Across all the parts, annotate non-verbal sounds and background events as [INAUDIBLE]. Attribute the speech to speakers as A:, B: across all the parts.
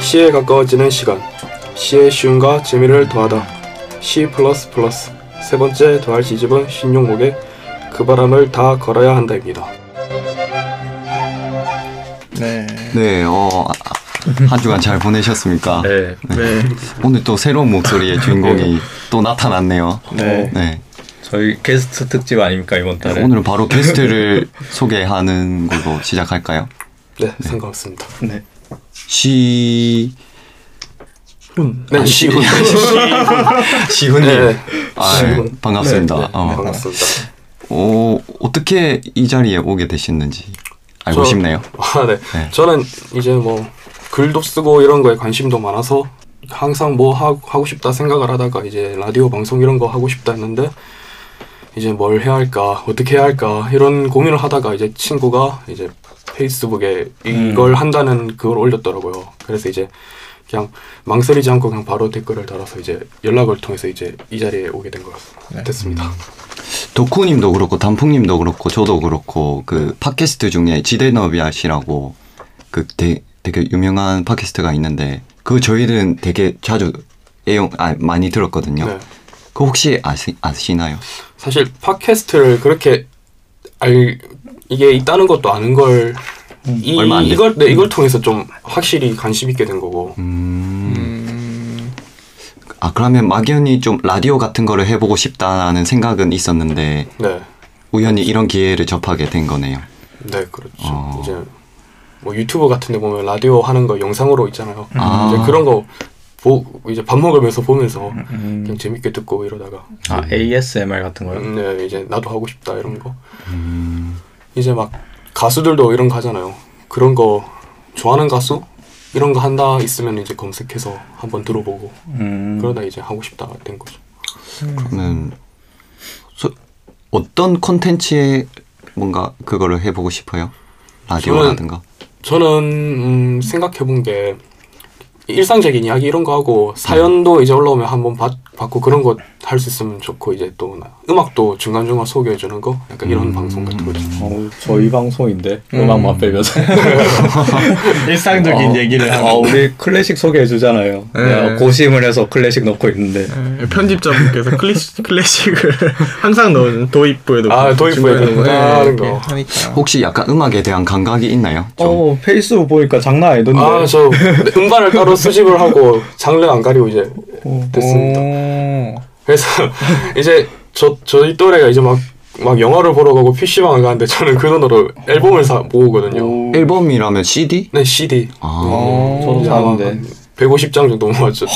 A: C에 가까워지는 시간 C의 쉬움과 재미를 더하다 C++ 세 번째 더할 시집은 신용목에 그 바람을 다 걸어야 한다입니다.
B: 네.
C: 네, 어, 한 주간 잘 보내셨습니까?
D: 네.
B: 네.
C: 오늘 또 새로운 목소리의 주인공이 또 나타났네요.
B: 네.
C: 네.
D: 저희 게스트 특집 아닙니까 이번
A: 네.
D: 달에?
C: 오늘은 바로 게스트를 소개하는 걸로 시작할까요?
A: 네, 상관없습니다.
B: 네.
C: 시,
A: 네, 시훈.
C: 시훈님.
A: 네,
C: 아,
A: 시훈.
C: 네, 반갑습니다.
A: 네,
C: 어.
A: 반갑습니다.
C: 어, 어떻게 이 자리에 오게 되셨는지 알고
A: 저-
C: 싶네요.
A: 아, 네.
C: 네.
A: 저는 이제 뭐 글도 쓰고 이런 거에 관심도 많아서 항상 뭐 하, 하고 싶다 생각을 하다가 이제 라디오 방송 이런 거 하고 싶다 했는데 이제 뭘 해야 할까 어떻게 해야 할까 이런 고민을 하다가 이제 친구가 이제 페이스북에 이걸 한다는 그걸 올렸더라고요. 그래서 이제 그냥 망설이지 않고 그냥 바로 댓글을 달아서 이제 연락을 통해서 이제 이 자리에 오게 된
B: 네.
A: 거였습니다. 됐습니다.
C: 도쿠님도 그렇고 단풍님도 그렇고 저도 그렇고 그 팟캐스트 중에 지대너비아시라고 그 되, 되게 유명한 팟캐스트가 있는데 그 저희는 되게 자주 애용 아 많이 들었거든요.
A: 네.
C: 그 혹시 아시, 아시나요?
A: 사실 팟캐스트를 그렇게 알 이게 있다는 것도 아는 걸 이,
C: 음, 얼마 안 됐-
A: 이걸 네, 이걸 통해서 좀 확실히 관심 있게 된 거고
C: 음.
B: 음,
C: 아 그러면 막연히 좀 라디오 같은 거를 해보고 싶다는 생각은 있었는데
A: 네,
C: 우연히 이런 기회를 접하게 된 거네요.
A: 네 그렇죠
C: 어.
A: 이제 뭐 유튜브 같은데 보면 라디오 하는 거 영상으로 있잖아요
C: 아.
A: 이제 그런 거 보, 이제 밥 먹으면서 보면서 그냥
B: 음.
A: 재밌게 듣고 이러다가
D: 아 ASMR 같은 거요?
A: 네 이제 나도 하고 싶다 이런 거 음. 이제 막 가수들도 이런 거 하잖아요 그런 거 좋아하는 가수 이런 거 한다 있으면 이제 검색해서 한번 들어보고
D: 음.
A: 그러다 이제 하고 싶다 된 거죠.
C: 그러면 소- 어떤 콘텐츠에 뭔가 그거를 해보고 싶어요? 라디오라든가.
A: 저는 음, 생각해본 게 일상적인 이야기 이런 거 하고 사연도 이제 올라오면 한번 받, 받고 그런 거 할 수 있으면 좋고 이제 또 나- 음악도 중간중간 소개해 주는 거 약간 이런 방송 같은 거죠.
D: 어우, 저희 방송인데 음악만 빼면서
B: 일상적인
D: 어,
B: 얘기를
D: 아,
B: 하고.
D: 우리 클래식 소개해 주잖아요.
B: 네.
D: 내가 고심을 해서 클래식 넣고 있는데
B: 예, 편집자분께서 클래식, 클래식을 [LAUGHS] 항상 넣는 도입부에도
A: 아, 도입부에 네.
B: 중간에
A: 넣는 거.
B: 이렇게
A: 그런 거.
B: 하니까.
C: 혹시 약간 음악에 대한 감각이 있나요? 좀?
D: 어 페이스북 보니까 장난 아니던데.
A: 아 저 음반을 따로 수집을 하고 장르 안 가리고 이제
B: 어,
A: 됐습니다.
B: 어.
A: 그래서 [LAUGHS] 이제 저 저희 또래가 이제 막 막 영화를 보러 가고 PC방을 가는데 저는 그 돈으로 앨범을 사 모으거든요.
B: 오.
C: 앨범이라면 CD?
A: 네, CD.
C: 아,
B: 어,
D: 음, 저도
A: 이제
D: 사는데.
A: 150장 정도 모았죠.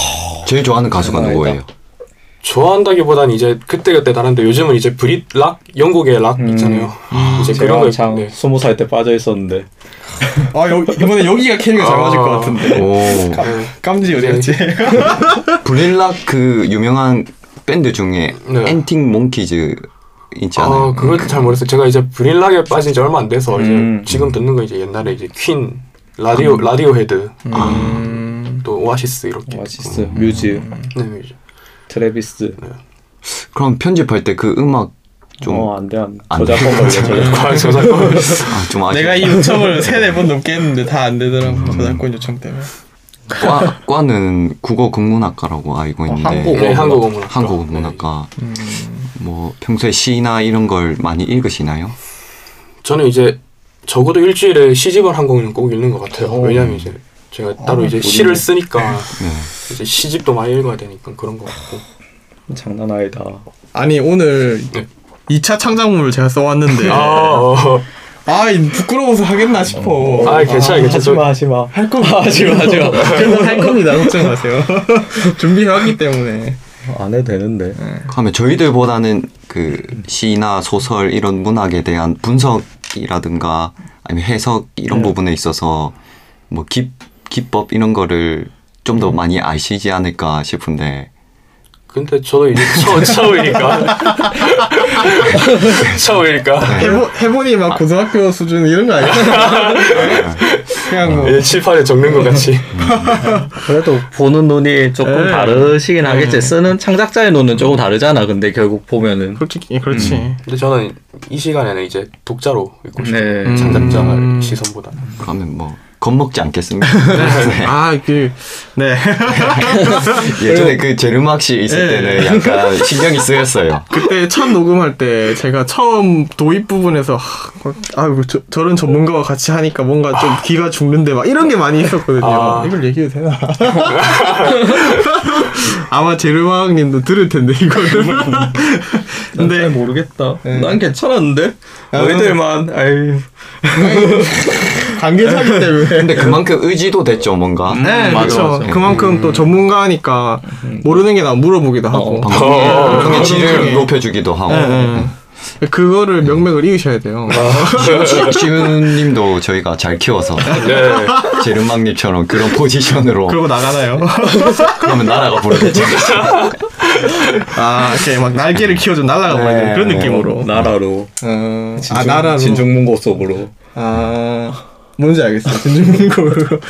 C: 제일 좋아하는 가수가
D: 대단하다.
C: 누구예요?
A: 좋아한다기보단 이제 그때 그때 다른데 요즘은 이제 브릿 락 영국의 락 있잖아요. 이제 그런
D: 제가
A: 걸
D: 참
A: 네.
D: [LAUGHS] 스무 살 때 빠져 있었는데
B: 아, 여, 이번에 여기가 캐리가 잘 맞을 것
A: 아.
B: 같은데.
C: 오,
B: 깜지
A: 네.
B: 어디였지?
C: 브릴락 그 유명한 밴드 중에
A: 네.
C: 엔팅 몽키즈 있지 않아요?
A: 아 그건 잘 모르겠어요. 제가 이제 브릿 락에 빠진 지 얼마 안 돼서
D: 음.
A: 이제 지금 듣는 거 이제 옛날에 이제 퀸 라디오 라디오 헤드 아, 또 오아시스 이렇게
D: 오아시스, 뮤즈,
A: 네, 이제.
D: 트래비스.
C: 그럼 편집할 때 그 음악 좀 좀
D: 어안돼 안. 돼.
C: 안
D: 아, 저작권 걸려 저작권.
A: 과학 저작권
C: 아, 좀 아쉽.
B: 내가 이 요청을 세네 번 넘게 했는데 다 안
A: 음.
B: 되더라고. 저작권 요청 때문에.
C: 과 과는 국어 국문학과라고 알고 있는데
B: 한국어. 음.
A: 네, 한국어 문학
C: 한국어 문학과 뭐 평소에 시나 이런 걸 많이 읽으시나요?
A: [LAUGHS] 저는 이제 적어도 일주일에 시집을 한 권은 꼭 읽는 것 같아요.
B: 오.
A: 왜냐면 이제 제가 따로 이제
D: 좋네.
A: 시를 쓰니까
C: 네.
A: 이제 시집도 많이 읽어야 되니까 그런 것 같고
D: 장난 아니다.
B: 아니 오늘
A: 네.
B: 2차 창작물을 제가 써왔는데
A: 아, 어.
B: 아 이- 부끄러워서 하겠나 싶어 아,
A: 아, 괜찮아요, 괜찮아요.
D: 하지마 하지마. 할 거. 하지마 하지마.
B: 그래서 할 겁니다 걱정 마세요 [LAUGHS] 준비해왔기 때문에
D: 안 해도 되는데.
C: 그러면 저희들보다는 그 시나 소설 이런 문학에 대한 분석이라든가 아니면 해석
B: 네.
C: 이런 부분에 있어서 뭐 기, 기법 이런 거를 좀 더 많이 아시지 않을까 싶은데
A: 근데 저도 이제 처, 처음이니까 처음이니까
B: 해보, 해보니 막 고등학교 수준 이런 거 아니야?
A: [LAUGHS]
B: 그냥 뭐
A: 이제 칠판에 적는 것 같이
D: 그래도 보는 눈이 조금
B: 네.
D: 다르시긴 하겠지. 쓰는 창작자의 눈은 조금 다르잖아. 근데 결국 보면은
B: 솔직히 그렇지
A: 근데 저는 이 시간에는 이제 독자로 읽고 싶어요
D: 네.
A: 창작자
B: 음.
A: 시선보다
C: 그러면 뭐 겁먹지 않겠습니다. 네.
B: 아, 그, 네.
C: [LAUGHS] 예전에 그 제르막실 있을
B: 네.
C: 때는 약간 신경이 쓰였어요.
B: 그때 첫 녹음할 때 제가 처음 도입 부분에서 하, 아, 저, 저런 전문가와 같이 하니까 뭔가 좀 귀가 죽는데 막 이런 게 많이 있었거든요.
A: 아.
B: 이걸 얘기해도 되나? [LAUGHS] 아마 제르마왕님도 들을 텐데 이거는. [LAUGHS]
D: 근데
B: 근데
D: 모르겠다.
B: 네. 아,
D: 난 괜찮았는데 너희들만 아유
B: 관계자기 때문에.
C: 근데 그만큼 의지도 됐죠, 뭔가.
B: [LAUGHS] 네,
D: 음, 맞아,
B: 그렇죠.
D: 맞아.
B: 그만큼 또 전문가니까 모르는 게 나 물어보기도 하고.
C: 방송의
B: 어,
C: 의 질을
B: 방송이.
C: 높여주기도 하고.
B: 네, 네. 그거를 명맥을 이으셔야 돼요.
C: 시우님도 저희가 잘 키워서
A: 네.
C: 제르막님처럼 그런 포지션으로
B: 그러고 나가나요?
C: 그러면 나라가 부르겠죠.
B: [LAUGHS] 아, 이렇게 막 날개를 키워 좀 날아가 버리는
C: 네,
B: 그런
C: 네.
B: 느낌으로.
D: 나라로
B: 어, 아
D: 진중-
B: 나라로.
D: 진중문고 속으로
B: 아 뭔지 알겠어. 진중민국으로.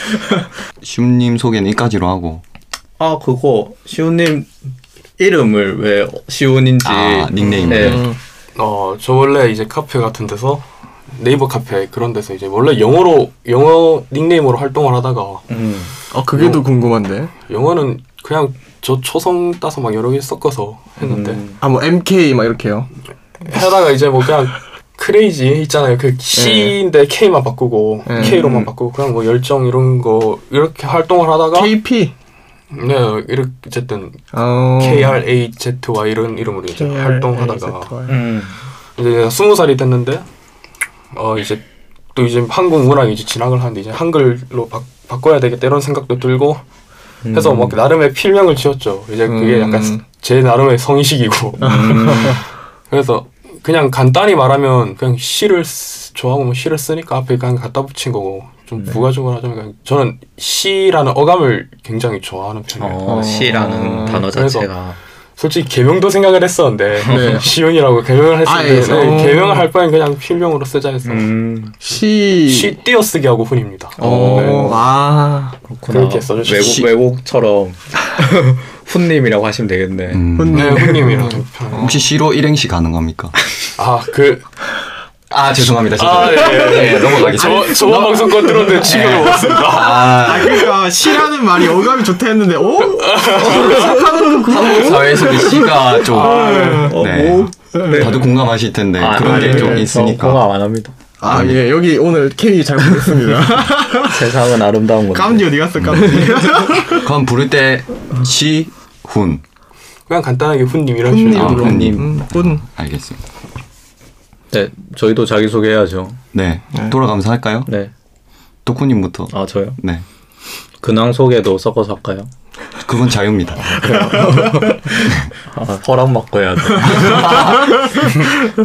C: 시우님 소개는 이까지로 하고
D: 아 그거 시우님 이름을 왜 시우인지
C: 아, 닉네임.
D: 음,
A: 어, 저 원래 이제 카페 같은 데서 네이버 카페 그런 데서 이제 원래 영어로 영어 닉네임으로 활동을 하다가
D: 음.
B: 아 그게 더 궁금한데.
A: 영어는 그냥 저 초성 따서 막 여러 개 섞어서 했는데
D: 음.
B: 아 뭐 MK 막 이렇게요.
A: 하다가 이제 뭐 그냥 크레이지 있잖아요. 그 C인데 K만 바꾸고
B: 네.
A: K로만 바꾸고 그냥 뭐 열정 이런 거 이렇게 활동을
B: 아.
A: 하다가
B: KP.
A: 네 이렇게 어쨌든
B: 어.
A: K R A Z Y 이런 이름으로 이제
B: KR,
A: 활동하다가
B: AZY.
D: 음.
A: 이제 스무 살이 됐는데 어 이제 또 이제 한국 문학에 이제 진학을 하는데 이제 한글로 바, 바꿔야 되겠다 이런 생각도 들고 해서 막 나름의 필명을 지었죠. 이제 그게
B: 음.
A: 약간 제 나름의 성의식이고 [LAUGHS] 그래서 그냥 간단히 말하면 그냥 시를 쓰- 좋아하고 뭐 시를 쓰니까 앞에 그냥 갖다 붙인 거고 좀 부가적으로 하자면 그냥 저는 시라는 어감을 굉장히 좋아하는 편이에요.
D: 어, 시라는
B: 어,
D: 단어
A: 그래서-
D: 자체가
A: 솔직히 개명도 생각을 했었는데
B: 네.
A: [LAUGHS] 시온이라고 개명을
B: 아,
A: 했었는데
B: 예.
A: 네,
B: 어.
A: 개명을 할 바엔 그냥 필명으로 쓰자 했어. 요
D: 음,
B: C.
A: 시 띄어쓰기 하고 훈입니다.
B: 어. 아.
D: 그렇구나.
A: 그렇게 써주시-
D: 외국
A: 시-
D: [LAUGHS] 외국처럼 훈님이라고 하시면 되겠네.
C: 음. 어.
B: 훈-
A: 네, 훈님이랑 좀 편해요.
C: 혹시 시로 일행시 가능합니까?
A: 아, 그,
C: 아 죄송합니다.
A: 아, 예, 예,
C: 네,
A: 예.
C: 넘어가겠습니다.
A: 저, 저번 방송 건 들었는데 지금을 못습니다
C: 아,
B: 아 그러니까 시라는 말이 어감이 좋다 했는데 오. 시작하는 거
C: 한국 사회에서 시가 좀
B: 아,
D: 어,
C: 네.
D: 뭐?
C: 다들 공감하실 텐데
D: 아,
C: 그런 게
D: 아니,
C: 좀
D: 저
C: 있으니까
D: 공감 안 합니다.
B: 아예 여기 오늘 K 잘 보겠습니다.
D: [LAUGHS] 세상은 아름다운 건데.
B: [LAUGHS] 깜지 어디 갔어 깜지.
C: 그럼 부를 때 시훈
A: 그냥 간단하게 훈님이라고
C: 아,
A: 하시면
B: 훈님.
C: 훈님
B: 음, 분.
C: 알겠습니다.
D: 네, 저희도 자기 소개해야죠.
C: 네, 돌아가면서 할까요?
D: 네.
C: 도쿠님부터.
D: 아 저요.
C: 네,
D: 근황 소개도 섞어서 할까요?
C: 그건 자유입니다.
D: 아, 허락 받고 해야 [LAUGHS] 돼.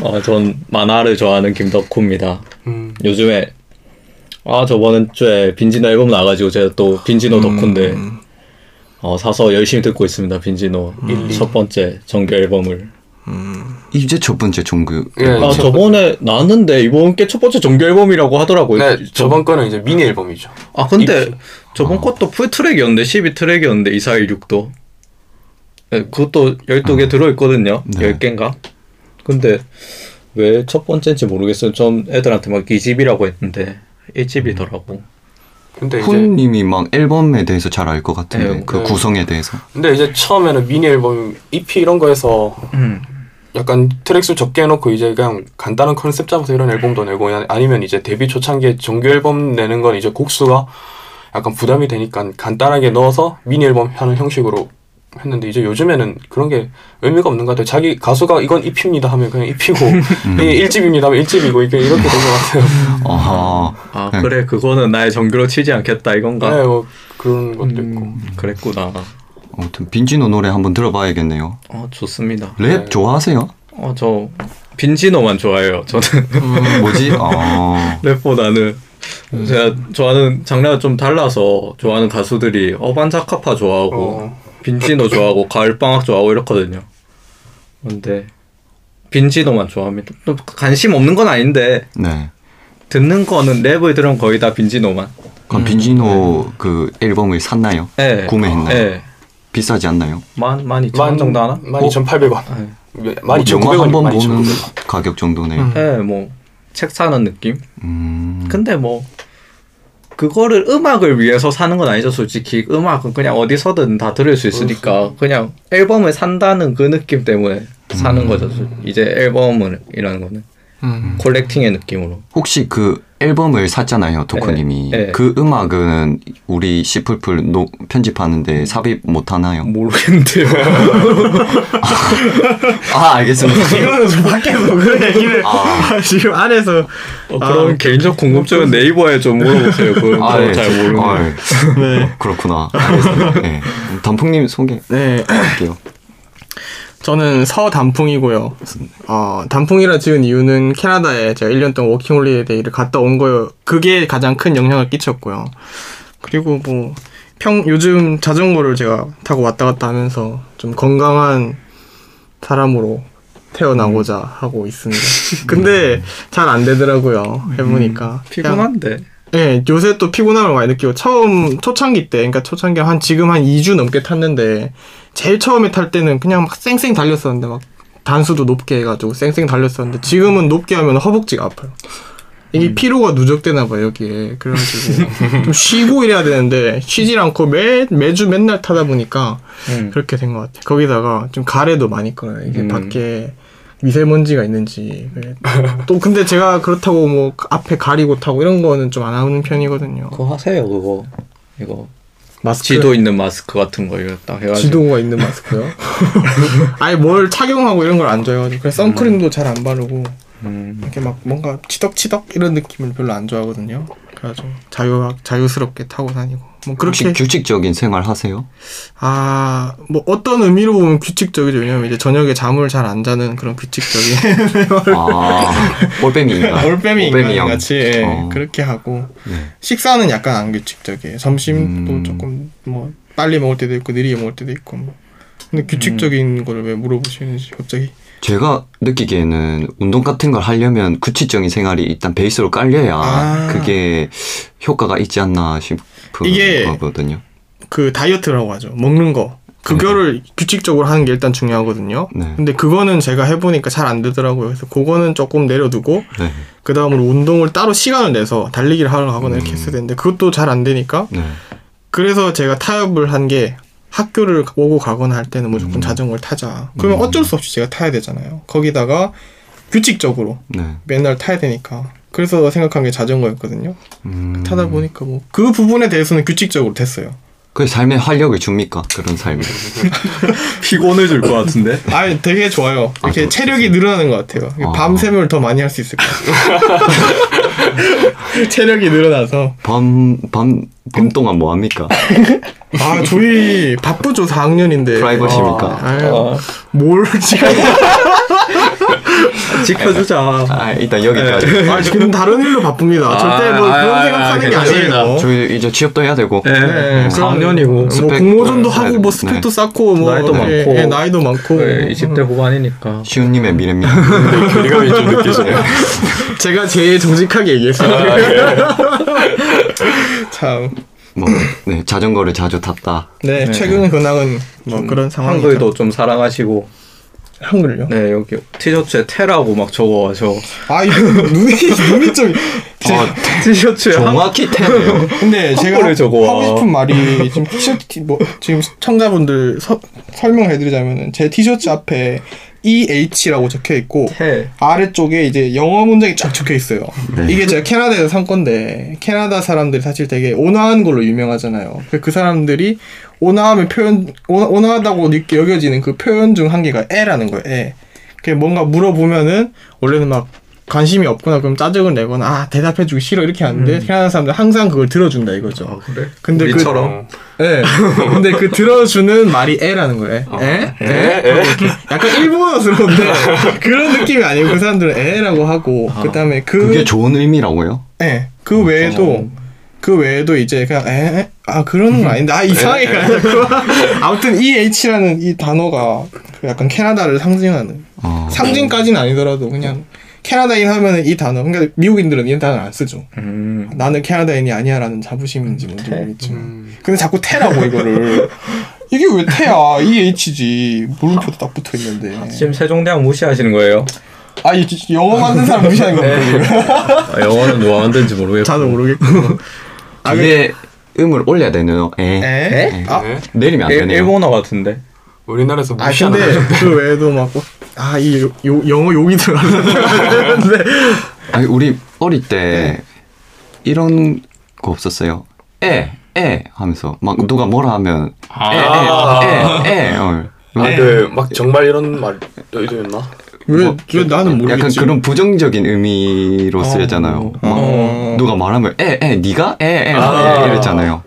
D: 아, 전 만화를 좋아하는 김덕후입니다.
A: 음.
D: 요즘에 아 저번 주에 빈지노 앨범 나가지고 제가 또 빈지노 덕후인데 어, 사서 열심히 듣고 있습니다. 빈지노 첫 번째 정규 앨범을.
C: 이제 첫 번째 종교.
A: 예,
D: 아
A: 저-
D: 저번에 나왔는데 이번 게 첫 번째 정규 앨범이라고 하더라고요.
A: 네, 저번 거는 이제 미니 앨범이죠.
D: 아 근데 저번 것도 풀 트랙이었는데 12 트랙이었는데 2416도 네, 그것도 12개 들어있거든요
C: 네.
D: 10개인가 근데 왜 첫 번째인지 모르겠어요 전 애들한테 막 이집이라고 했는데 1집이더라고
A: 근데 이제
C: 훈님이 막 앨범에 대해서 잘 알 것 같은데
D: 네,
C: 그
A: 네.
C: 구성에 대해서.
A: 근데 이제 처음에는 미니 앨범 EP 이런 거에서
D: 음.
A: 약간 트랙 수 적게 해놓고 이제 그냥 간단한 컨셉 잡아서 이런 앨범도 내고 아니- 아니면 이제 데뷔 초창기에 정규 앨범 내는 건 이제 곡수가 약간 부담이 되니까 간단하게 넣어서 미니 앨범 하는 형식으로 했는데 이제 요즘에는 그런 게 의미가 없는 것 같아요. 자기 가수가 이건 EP입니다 하면 그냥 EP고 이게 1집입니다 하면 1집이고 이게 이렇게 된 것 같아요.
C: 아하.
D: 아 그래 그거는 나의 정규로 치지 않겠다 이건가
A: 네, 뭐 그런 것도 있고.
D: 아. 음, 그랬구나
C: 아무튼 빈지노 노래 한번 들어봐야겠네요.
D: 어 좋습니다
C: 랩 좋아하세요?
D: 어 저 빈지노만 좋아해요 저는
C: 뭐지? 아.
D: 랩보다는 제가 좋아하는 장르가 좀 달라서 좋아하는 가수들이 어반자카파 좋아하고
A: 어.
D: 빈지노 좋아하고 가을방학 좋아하고 이렇거든요. 근데 빈지노만 좋아합니다. 또 관심 없는 건 아닌데
C: 네.
D: 듣는 거는 랩을 들으면 거의 다 빈지노만.
C: 그럼 빈지노 그 앨범을 샀나요?
D: 예.
C: 구매했나요?
D: 예.
C: 비싸지 않나요?
D: 만, 만 이천
A: 만
D: 원 정도 하나?
A: 만 이천 팔백 원.
D: 네.
A: 만 이천 구백
C: 뭐 영화
A: 원.
C: 한번 보는
D: 음.
C: 가격 정도네요.
D: 예, 뭐, 책 사는 느낌?
C: 음.
D: 근데 뭐, 그거를 음악을 위해서 사는 건 아니죠, 솔직히. 음악은 그냥 어디서든 다 들을 수 있으니까 그냥 앨범을 산다는 그 느낌 때문에 사는 거죠. 이제 앨범이라는 거는
B: 음.
D: 콜렉팅의 느낌으로.
C: 혹시 그 앨범을 샀잖아요, 도코님이.
D: 네, 네.
C: 그 음악은 우리 시풀풀 노, 편집하는데 삽입 못
D: 음.
C: 하나요?
D: 모르겠는데요.
C: 아 알겠습니다.
B: 이거는 좀 밖에서 그런 얘기를
C: 아.
B: 지금 안에서
D: [LAUGHS] 어, 그런 개인적 궁금증은 네이버에 좀 물어보세요. 그건
C: 아,
D: 저는
C: 예.
D: 네, 잘 모르는.
C: 아,
D: [LAUGHS]
C: 예.
B: 네.
C: 그렇구나. 알겠습니다. 네. 단풍님 소개할게요.
B: 네. 저는 서단풍이고요. 어, 단풍이라 지은 이유는 캐나다에 제가 1년 동안 워킹홀리데이를 갔다 온 거예요. 그게 가장 큰 영향을 끼쳤고요. 그리고 뭐, 평, 요즘 자전거를 제가 타고 왔다 갔다 하면서 좀 건강한 사람으로 태어나고자
D: 음.
B: 하고 있습니다. 근데 잘 안 되더라고요. 해보니까. 그냥
D: 음. 피곤한데.
B: 네, 요새 또 피곤함을 많이 느끼고 처음 초창기 때, 그러니까 초창기 한 지금 한 2주 넘게 탔는데 제일 처음에 탈 때는 그냥 막 쌩쌩 달렸었는데 막 단수도 높게 해가지고 쌩쌩 달렸었는데 지금은 높게 하면 허벅지가 아파요. 이게 피로가 누적되나 봐요 여기에 그래가지고 좀 쉬고 이래야 되는데 쉬질 않고 매 매주 맨날 타다 보니까
D: 음.
B: 그렇게 된 것 같아요. 거기다가 좀 가래도 많이 꺼요. 이게
D: 음.
B: 밖에 미세먼지가 있는지. 왜. 또 근데 제가 그렇다고 뭐 앞에 가리고 타고 이런 거는 좀 안 하는 편이거든요.
D: 그거 하세요, 그거. 이거.
B: 마스크.
D: 지도 있는 마스크 같은 거 이거 딱 해가지고.
B: 지도가 있는
D: [LAUGHS]
B: 마스크요. 아예 뭘 착용하고 이런 걸 안 줘요. 그래서 선크림도 잘 안 바르고
D: 음.
B: 이렇게 막 뭔가 치덕치덕 이런 느낌을 별로 안 좋아하거든요. 그래서 좀 자유 자유스럽게 타고 다니고 뭐
C: 혹시
B: 그렇게
C: 규칙적인 생활 하세요?
B: 아 뭐 어떤 의미로 보면 규칙적이죠. 왜냐면 이제 저녁에 잠을 잘 안 자는 그런 규칙적인
C: 아 올빼미인가?
B: 네. [LAUGHS] 올빼미
C: 올빼미
B: 인간
C: 형.
B: 같이 예,
C: 어.
B: 그렇게 하고
C: 네.
B: 식사는 약간 안 규칙적이에요. 점심도
C: 음.
B: 조금 뭐 빨리 먹을 때도 있고 느리게 먹을 때도 있고 뭐.
C: 음.
B: 근데 규칙적인 걸 왜 물어보시는지 갑자기
C: 제가 느끼기에는 운동 같은 걸 하려면 구체적인 생활이 일단 베이스로 깔려야
B: 아.
C: 그게 효과가 있지 않나 싶은
B: 이게-
C: 거거든요.
B: 그 다이어트라고 하죠. 먹는 거. 그거를 규칙적으로 하는 게 일단 중요하거든요.
C: 음. 네.
B: 근데 그거는 제가 해보니까 잘 안 되더라고요. 그래서 그거는 조금 내려두고
C: 네.
B: 그 다음으로 운동을 따로 시간을 내서 달리기를 하거나
C: 음.
B: 이렇게 했어야 되는데 그것도 잘 안 되니까
C: 네.
B: 그래서 제가 타협을 한 게 학교를 오고 가거나 할 때는
C: 음.
B: 무조건 자전거를 타자. 그러면 어쩔 수 없이 제가 타야 되잖아요. 거기다가 규칙적으로
C: 네.
B: 맨날 타야 되니까. 그래서 생각한 게 자전거였거든요.
C: 음.
B: 타다 보니까 뭐 그 부분에 대해서는 규칙적으로 됐어요.
C: 그게 삶의 활력을 줍니까? 그런 삶이.
D: 피곤해질 것 같은데.
B: 아, 되게 좋아요.
C: 아,
B: 이렇게
C: 그렇-
B: 체력이 늘어나는 것 같아요.
C: 아.
B: 밤샘을 더 많이 할 수 있을
C: [LAUGHS]
B: 것 같아요. 체력이 늘어나서
C: 밤, 밤, 밤 동안 뭐 합니까?
B: 네. 아 저희 바쁘죠 4학년인데
C: 프라이버시입니까?
B: 아유,
D: 어,
B: 뭘 지금
D: [LAUGHS] 지켜주자.
C: 아, 일단 여기까지.
B: 아 지금 다른 일로 바쁩니다.
D: 아,
B: 절대 뭐
D: 아,
B: 그런
D: 아,
B: 생각하는
D: 아,
B: 게
D: 괜찮습니다.
B: 아니에요.
C: 저희 이제 취업도 해야 되고.
D: 네.
B: 어? 네,
D: 4학년이고.
B: 뭐
C: 스펙-
B: 공모전도
C: 네,
B: 하고 뭐
C: 네.
B: 스펙도 쌓고 뭐
D: 나이도
B: 예,
D: 많고.
B: 예, 나이도 많고
D: 네, 20대 후반이니까.
C: 시훈님의 미래입니다.
A: 거리감이 좀
D: [LAUGHS]
A: 느끼시네요.
B: 제가 제일 정직하게 얘기했어요.
D: 아, 예.
B: [LAUGHS] 참,
C: 뭐, 네, 자전거를 자주 탔다.
B: 네,
D: 네. 음,
B: 최근 근황은 뭐 그런 상황이죠.
D: 한글도 좀 사랑하시고.
B: 한글요?
D: 네, 여기 티셔츠에 테라고 막 적어가서.
B: 아, 이거 눈이 눈이 좀.
D: 아,
C: 어,
D: 티셔츠에 한...
C: 정확히 태네요.
B: 근데 제가
D: 한글을 적어.
B: 하고 싶은 말이 지금 티셔츠 뭐 지금 청자분들 서, 설명해드리자면은 제 티셔츠 앞에 E EH라고 적혀 있고
D: 테.
B: 아래쪽에 이제 영어 문장이 쫙 적혀 있어요.
C: 네.
B: 이게 제가 캐나다에서 산 건데 캐나다 사람들이 사실 되게 온화한 걸로 유명하잖아요. 그그 사람들이 온화함의 표현 온- 온화하다고 느- 여겨지는 그 표현 중 한 개가 애라는 거예요. 애. 그게 뭔가 물어보면은 원래는 막 관심이 없구나 그럼 짜증을 내거나 아 대답해주기 싫어 이렇게 하는데 캐나다 사람들 항상 그걸 들어준다 이거죠.
D: 그래?
B: 근데 그-
D: 음. 우리처럼.
B: 예. 근데 그 들어주는 말이 에라는 거예요.
D: 어,
B: 에? 에?
A: 네,
B: 하고 이렇게 약간 일본어스러운데 그런 느낌이 아니고 그 사람들은 에라고 하고 그다음에 그
C: 그게 좋은 의미라고요?
B: 예. 그 외에도 그 외에도 이제 그냥 에? 아 그런 건 아닌데 아 이상하게 가요. [LAUGHS] 아무튼 EH라는 이 단어가 그 약간 캐나다를 상징하는
C: 어,
B: 상징까지는 아니더라도 그냥 캐나다인 하면은 이 단어 그러니까 미국인들은 이 단어 안 쓰죠.
D: 음.
B: 나는 캐나다인이 아니야라는 자부심인지 뭔지 모르겠지만 근데 자꾸 태라고 이거를 이게 왜 태야 E EHG 물음표도 딱 붙어 있는데
D: 지금 세종대왕 무시하시는 거예요?
B: 아 이 네. [LAUGHS] 영어 만든 사람 무시하는 건데
D: 아, 영어는 누가 만든지 모르겠고.
B: 모르겠고
C: 뒤에 음을 올려야 되네요. 에.
E: 에? 아,
A: 네.
C: 내리면 안
D: 일-
C: 되네요.
D: 일본어 같은데.
A: 우리나라에서
E: 아,
A: 무시하는
B: 근데
A: 거죠.
B: 그 외에도 막아이 영어 욕이 들어가는데
C: 아니 우리 어릴 때 이런 거 없었어요. 에, 에 하면서 막 누가 뭐라 하면
A: 아.
C: 에, 에, 에, 에. 어.
B: 네.
A: 아, 그, 막 정말 이런 말, 이랬나?
B: 왜, 왜 나는 모르겠지.
C: 약간 그런 부정적인 의미로 쓰였잖아요. 막
B: 어.
C: 누가 말하면 에, 에, 네가 에, 에,
A: 아.
C: 에 이랬잖아요.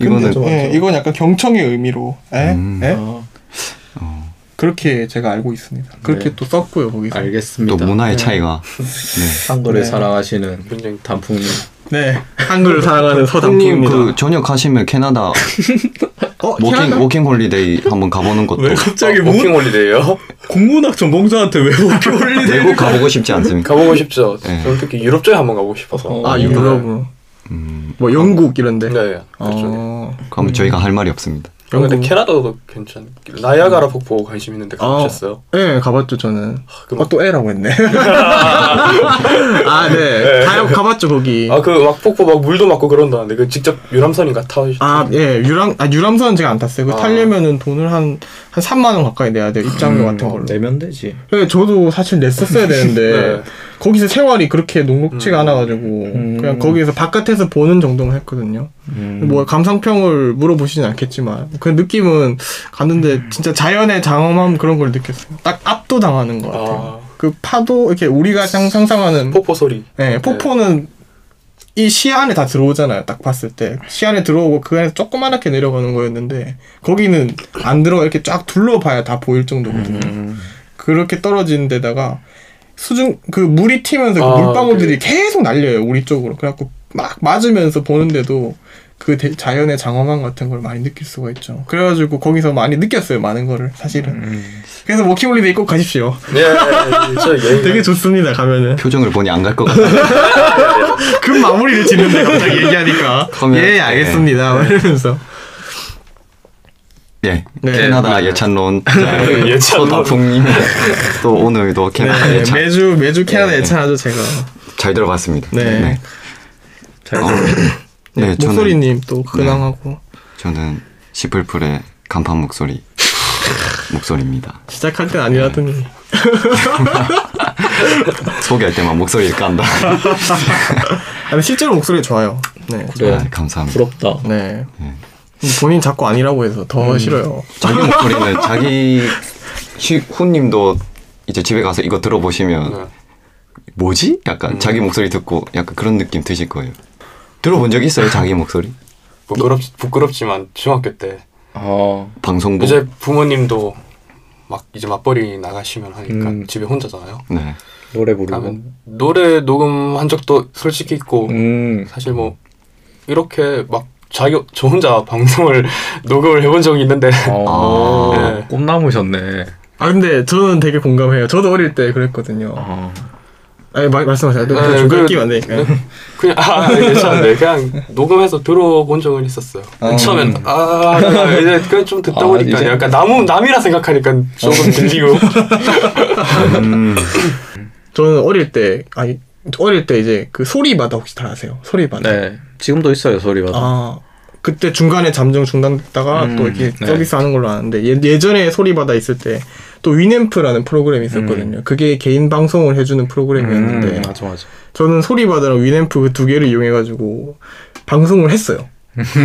C: 이거는
B: 예, 이건 약간 경청의 의미로 에?
C: 음.
B: 에?
D: 아,
B: 그렇게 제가 알고 있습니다. 어. 그렇게
D: 네.
B: 또 썼고요 거기서.
D: 알겠습니다.
C: 또 문화의 차이가
D: 한글을
B: 네.
D: 사랑하시는
A: 굉장히
D: 단풍님.
B: 네 한글을 사랑하는
C: 형님
B: 서당입니다.
C: 그 전역 하시면 캐나다
B: 어,
C: 워킹
B: 캐나다?
C: 워킹 홀리데이 한번 가보는 것도
D: 갑자기
A: 아, 워킹 홀리데이요?
D: 국문학 전공자한테 왜 워킹 홀리데이?
C: 외국 가보고 싶지 않습니까?
A: 가보고 싶죠.
C: 네.
A: 저는 특히 유럽 쪽에 한번 가보고 싶어서.
D: 어.
B: 아 유럽으로
C: 음,
B: 뭐 영국 이런데.
A: 네, 네. 그쪽에.
B: 어, 뭐-
C: 그럼 저희가 할 말이 없습니다.
A: 저 근데
B: 영국.
A: 캐나다도 괜찮. 나이아가라 폭포 관심 있는데 가보셨어요?
B: 예, 가봤죠 저는.
A: 그
B: 어, 또 애라고 [LAUGHS] 했네. 아, 네.
A: 네.
B: 가, 가봤죠, 거기.
A: 아 그 막 폭포 막 물도 맞고 그런다는데 그 직접 유람선인가 타시
B: 아, 예, 유람, 아, 유람선은 제가 안 탔어요. 그
A: 아.
B: 타려면은 돈을 한, 한 3만원 가까이 내야 돼요. 입장료 같은 걸로.
D: 음, 내면 되지.
B: 네, 저도 사실 냈었어야 되는데,
A: 네.
B: 거기서 생활이 그렇게 녹록지가 않아가지고, 그냥 거기에서 바깥에서 보는 정도만 했거든요. 뭐, 감상평을 물어보시진 않겠지만, 그 느낌은 갔는데, 진짜 자연의 장엄함 그런 걸 느꼈어요. 딱 압도당하는 것 같아요.
A: 아.
B: 그 파도, 이렇게 우리가 상- 상상하는
A: 폭포 소리.
B: 네, 폭포는 이 시야 안에 다 들어오잖아요. 딱 봤을 때. 시야 안에 들어오고 그 안에서 조그만하게 내려가는 거였는데 거기는 안 들어가 이렇게 쫙 둘러봐야 다 보일 정도거든요.
D: 음.
B: 그렇게 떨어지는 데다가 수중 그 물이 튀면서 그
A: 아,
B: 물방울들이 계속 날려요. 우리 쪽으로. 그래갖고 막 맞으면서 보는데도 그 대- 자연의 장엄함 같은 걸 많이 느낄 수가 있죠. 그래가지고 거기서 많이 느꼈어요. 많은 거를 사실은. 그래서 워킹홀리데이 꼭 가십시오.
A: 예, 예, 예. 저 여행
B: [LAUGHS] 되게 좋습니다. 가면은.
C: 표정을 보니 안 갈 것 같아요.
B: 그 마무리를 짓는데 갑자기 얘기하니까
C: 그러면-
B: 예 알겠습니다 막 이러면서
C: 예,
B: 네.
C: 캐나다 예찬론 네.
A: 예찬론.
C: 서다풍님 또 오늘도 캐나다
B: 네,
C: 예찬
B: 매주 매주 캐나다
C: 예.
B: 예찬하죠 제가
C: 잘 들어봤습니다.
B: 네.
C: 잘 네, 저는
B: 목소리님 또 근황하고
C: 저는 시플풀의 간판 목소리 목소리입니다.
B: 시작할 땐 아니라더니
C: 소개할 때만 목소리를 깐다.
B: 아니 실제로 목소리 좋아요 네
D: 그래.
C: 아, 감사합니다.
D: 부럽다.
B: 네 본인 자꾸 아니라고 해서 더 싫어요
C: 자기 목소리는 자기 시- 후님도 이제 집에 가서 이거 들어보시면
A: 네.
C: 뭐지? 약간 자기 목소리 듣고 약간 그런 느낌 드실 거예요. 들어본 적 있어요? 자기 목소리?
A: 부끄럽 부끄럽지만 중학교 때
D: 아,
B: 뭐?
C: 방송국?
A: 이제 부모님도 막 이제 맞벌이 나가시면 하니까
D: 음.
A: 집에 혼자잖아요.
C: 네.
D: 노래 부르고.
A: 그러면 노래 녹음한 적도 솔직히 있고
D: 음.
A: 사실 뭐 이렇게 막 자기 저 혼자 방송을 [LAUGHS] 녹음을 해본 적이 있는데
D: 어. 아,
A: 네.
D: 꿈나무셨네.
B: 아 근데 저는 되게 공감해요 저도 어릴 때 그랬거든요
D: 아.
B: 아니 마, 말씀하세요
A: 네,
B: 네,
A: 그-
B: 끼면 안 되니까요
A: 그냥 아 괜찮은데 그냥 녹음해서 들어본 적은 있었어요. 처음엔 아 이제 그냥 좀 듣다
D: 아,
A: 보니까
D: 이제?
A: 약간 나무 남이라 생각하니까 조금 들리고
C: 음,
B: 저는 어릴 때 아니 어릴 때 이제 그 소리바다 혹시 다 아세요 소리바다
D: 네. 지금도 있어요, 소리바다.
B: 아 그때 중간에 잠정 중단됐다가
D: 음,
B: 또 이렇게
D: 네.
B: 서비스 하는 걸로 아는데 예, 예전에 소리바다 있을 때 또 위넴프라는 프로그램이 있었거든요. 그게 개인 방송을 해주는
D: 음,
B: 프로그램이었는데
D: 맞아, 맞아.
B: 저는 소리바다랑 위넴프 그 두 개를 이용해가지고 방송을 했어요.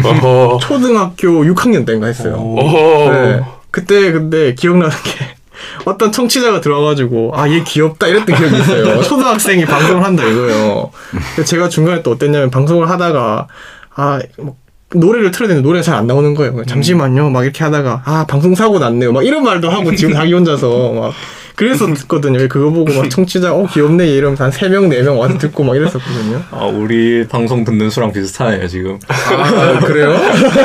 A: 어허.
B: 초등학교 6학년 때인가 했어요.
A: 어허.
B: 네. 그때 근데 기억나는 게 [LAUGHS] 어떤 청취자가 들어와가지고 아 얘 귀엽다 이랬던 기억이 [LAUGHS] 있어요. 초등학생이 방송을 한다 이거예요. 근데 제가 중간에 또 어땠냐면 방송을 하다가 아뭐 노래를 틀어야 되는데 노래가 잘 안 나오는 거예요. 그냥 잠시만요. 막 이렇게 하다가 아 방송 사고 났네요. 막 이런 말도 하고 지금 자기 혼자서 막 그래서 듣거든요. 그거 보고 막 청취자 어 귀엽네 얘 이러면서 한 3명 4명 와서 듣고 막 이랬었거든요.
D: 아, 우리 방송 듣는 수랑 비슷하네요, 지금.
B: 아 그래요?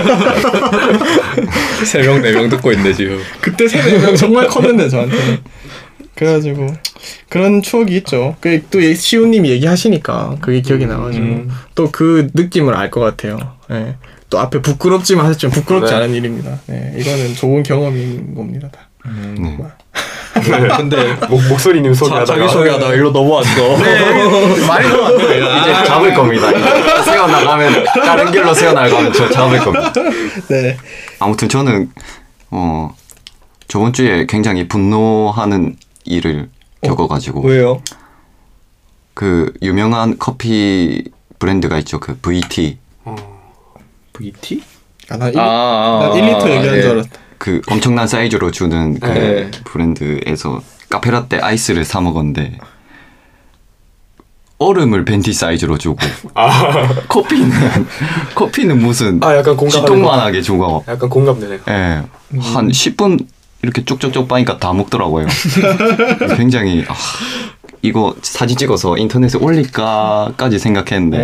D: [LAUGHS] 세명네 명 듣고 있네, 지금.
B: 그때 세대가 [LAUGHS] 정말 컸는데 저한테. 그래가지고 그런 추억이 있죠. 그또 시우님이 얘기하시니까 그게
D: 음,
B: 기억이 나가지고 또 그 느낌을 알 것 같아요. 예. 또 앞에 부끄럽지만 하셨지만 부끄럽지
A: 네.
B: 않은 일입니다. 예. 이거는 좋은 경험인 겁니다. 다.
C: 네.
D: 근데
A: 목, 목소리님
D: 자,
A: 소개하다가
D: 자기 네. 소개하다 일로 넘어왔어. [LAUGHS]
C: 말이 너무 안 돼요. [LAUGHS] 이제 잡을 겁니다. 세어나가면 다른 길로 세어나가면 저 잡을 겁니다.
B: 네.
C: 아무튼 저는 어 저번 주에 굉장히 분노하는 일을 겪어가지고
D: 왜요?
C: 그 유명한 커피 브랜드가 있죠. 그 VT
A: 어,
D: VT?
B: 아, 난 1,
D: 아,
B: 난 1리터 얘기하는 줄 알았다.
C: 그 엄청난 사이즈로 주는 그
D: 네.
C: 브랜드에서 카페라떼 아이스를 사 먹었는데 얼음을 벤티
A: [LAUGHS]
C: 사이즈로 주고 커피는 커피는 무슨
A: 아, 약간 공감하는
C: 시통만하게 주고
A: 약간 공감되네요.
C: 예.
A: 음.
C: 한 10분 이렇게 쭉쭉쭉 빠니까
A: [LAUGHS]
C: 다 먹더라고요. 굉장히 아, 이거 사진 찍어서 인터넷에 올릴까까지
D: 네.
C: 생각했는데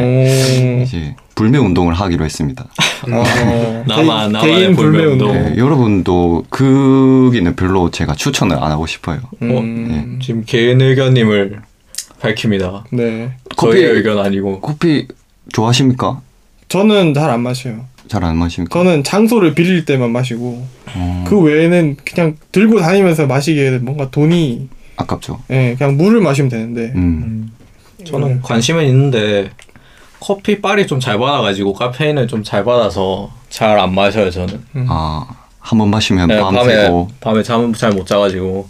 B: 음.
C: 이제 불매 운동을 하기로 했습니다.
B: 어,
D: 나만
B: 개인- 개인
D: 나만의 불매
B: 불매
A: 어.
D: 운동.
B: 운동.
C: 예, 여러분도 그기는 별로 제가 추천을 안 하고 싶어요.
B: 음.
D: 지금 개인 의견님을 밝힙니다.
B: 네.
C: 커피
D: 저희의 의견 아니고
C: 커피 좋아하십니까?
B: 저는 잘 안 마셔요.
C: 잘 안 마십니까?
B: 저는 장소를 빌릴 때만 마시고
C: 어,
B: 그 외에는 그냥 들고 다니면서 마시기에는 뭔가 돈이
C: 아깝죠.
B: 예, 그냥 물을 마시면 되는데
C: 음.
D: 저는 관심은 있는데 커피 빨이 좀 잘 받아가지고 카페인을 좀 잘 받아서 잘 안 마셔요 저는.
C: 아, 한 번 마시면
D: 네, 밤에
C: 밤새고
D: 밤에 잠은 잘 못 자가지고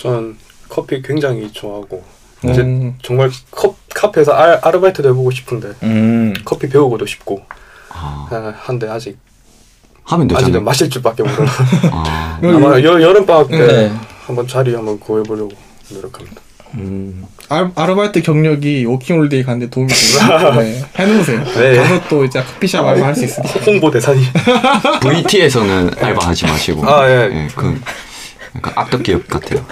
A: 저는 커피 굉장히 좋아하고
B: 음.
A: 이제 정말 컵, 카페에서 아, 아르바이트도 해보고 싶은데
D: 음.
A: 커피 배우고도 싶고
C: 아,
A: 아, 한데 아직
C: 하면
A: 아직은
C: 되잖아요.
A: 마실 줄밖에
C: [LAUGHS]
A: 모르는 음.
C: 아,
A: 아마 여, 여름방학 때
D: 네.
A: 한번 자리 한번 구해보려고 노력합니다.
D: 음.
B: 아, 아르바이트 경력이 워킹홀리데이 가는데 도움이 돼요. 네, 해놓으세요.
A: 네.
B: 가서 또 이제 커피숍 알바
A: [LAUGHS]
B: 할수 있으니까.
A: 홍보
C: [LAUGHS]
A: 대사님.
C: VT에서는 알바하지 마시고.
A: 아, 예.
C: 그 약간 악덕 기업 같아요.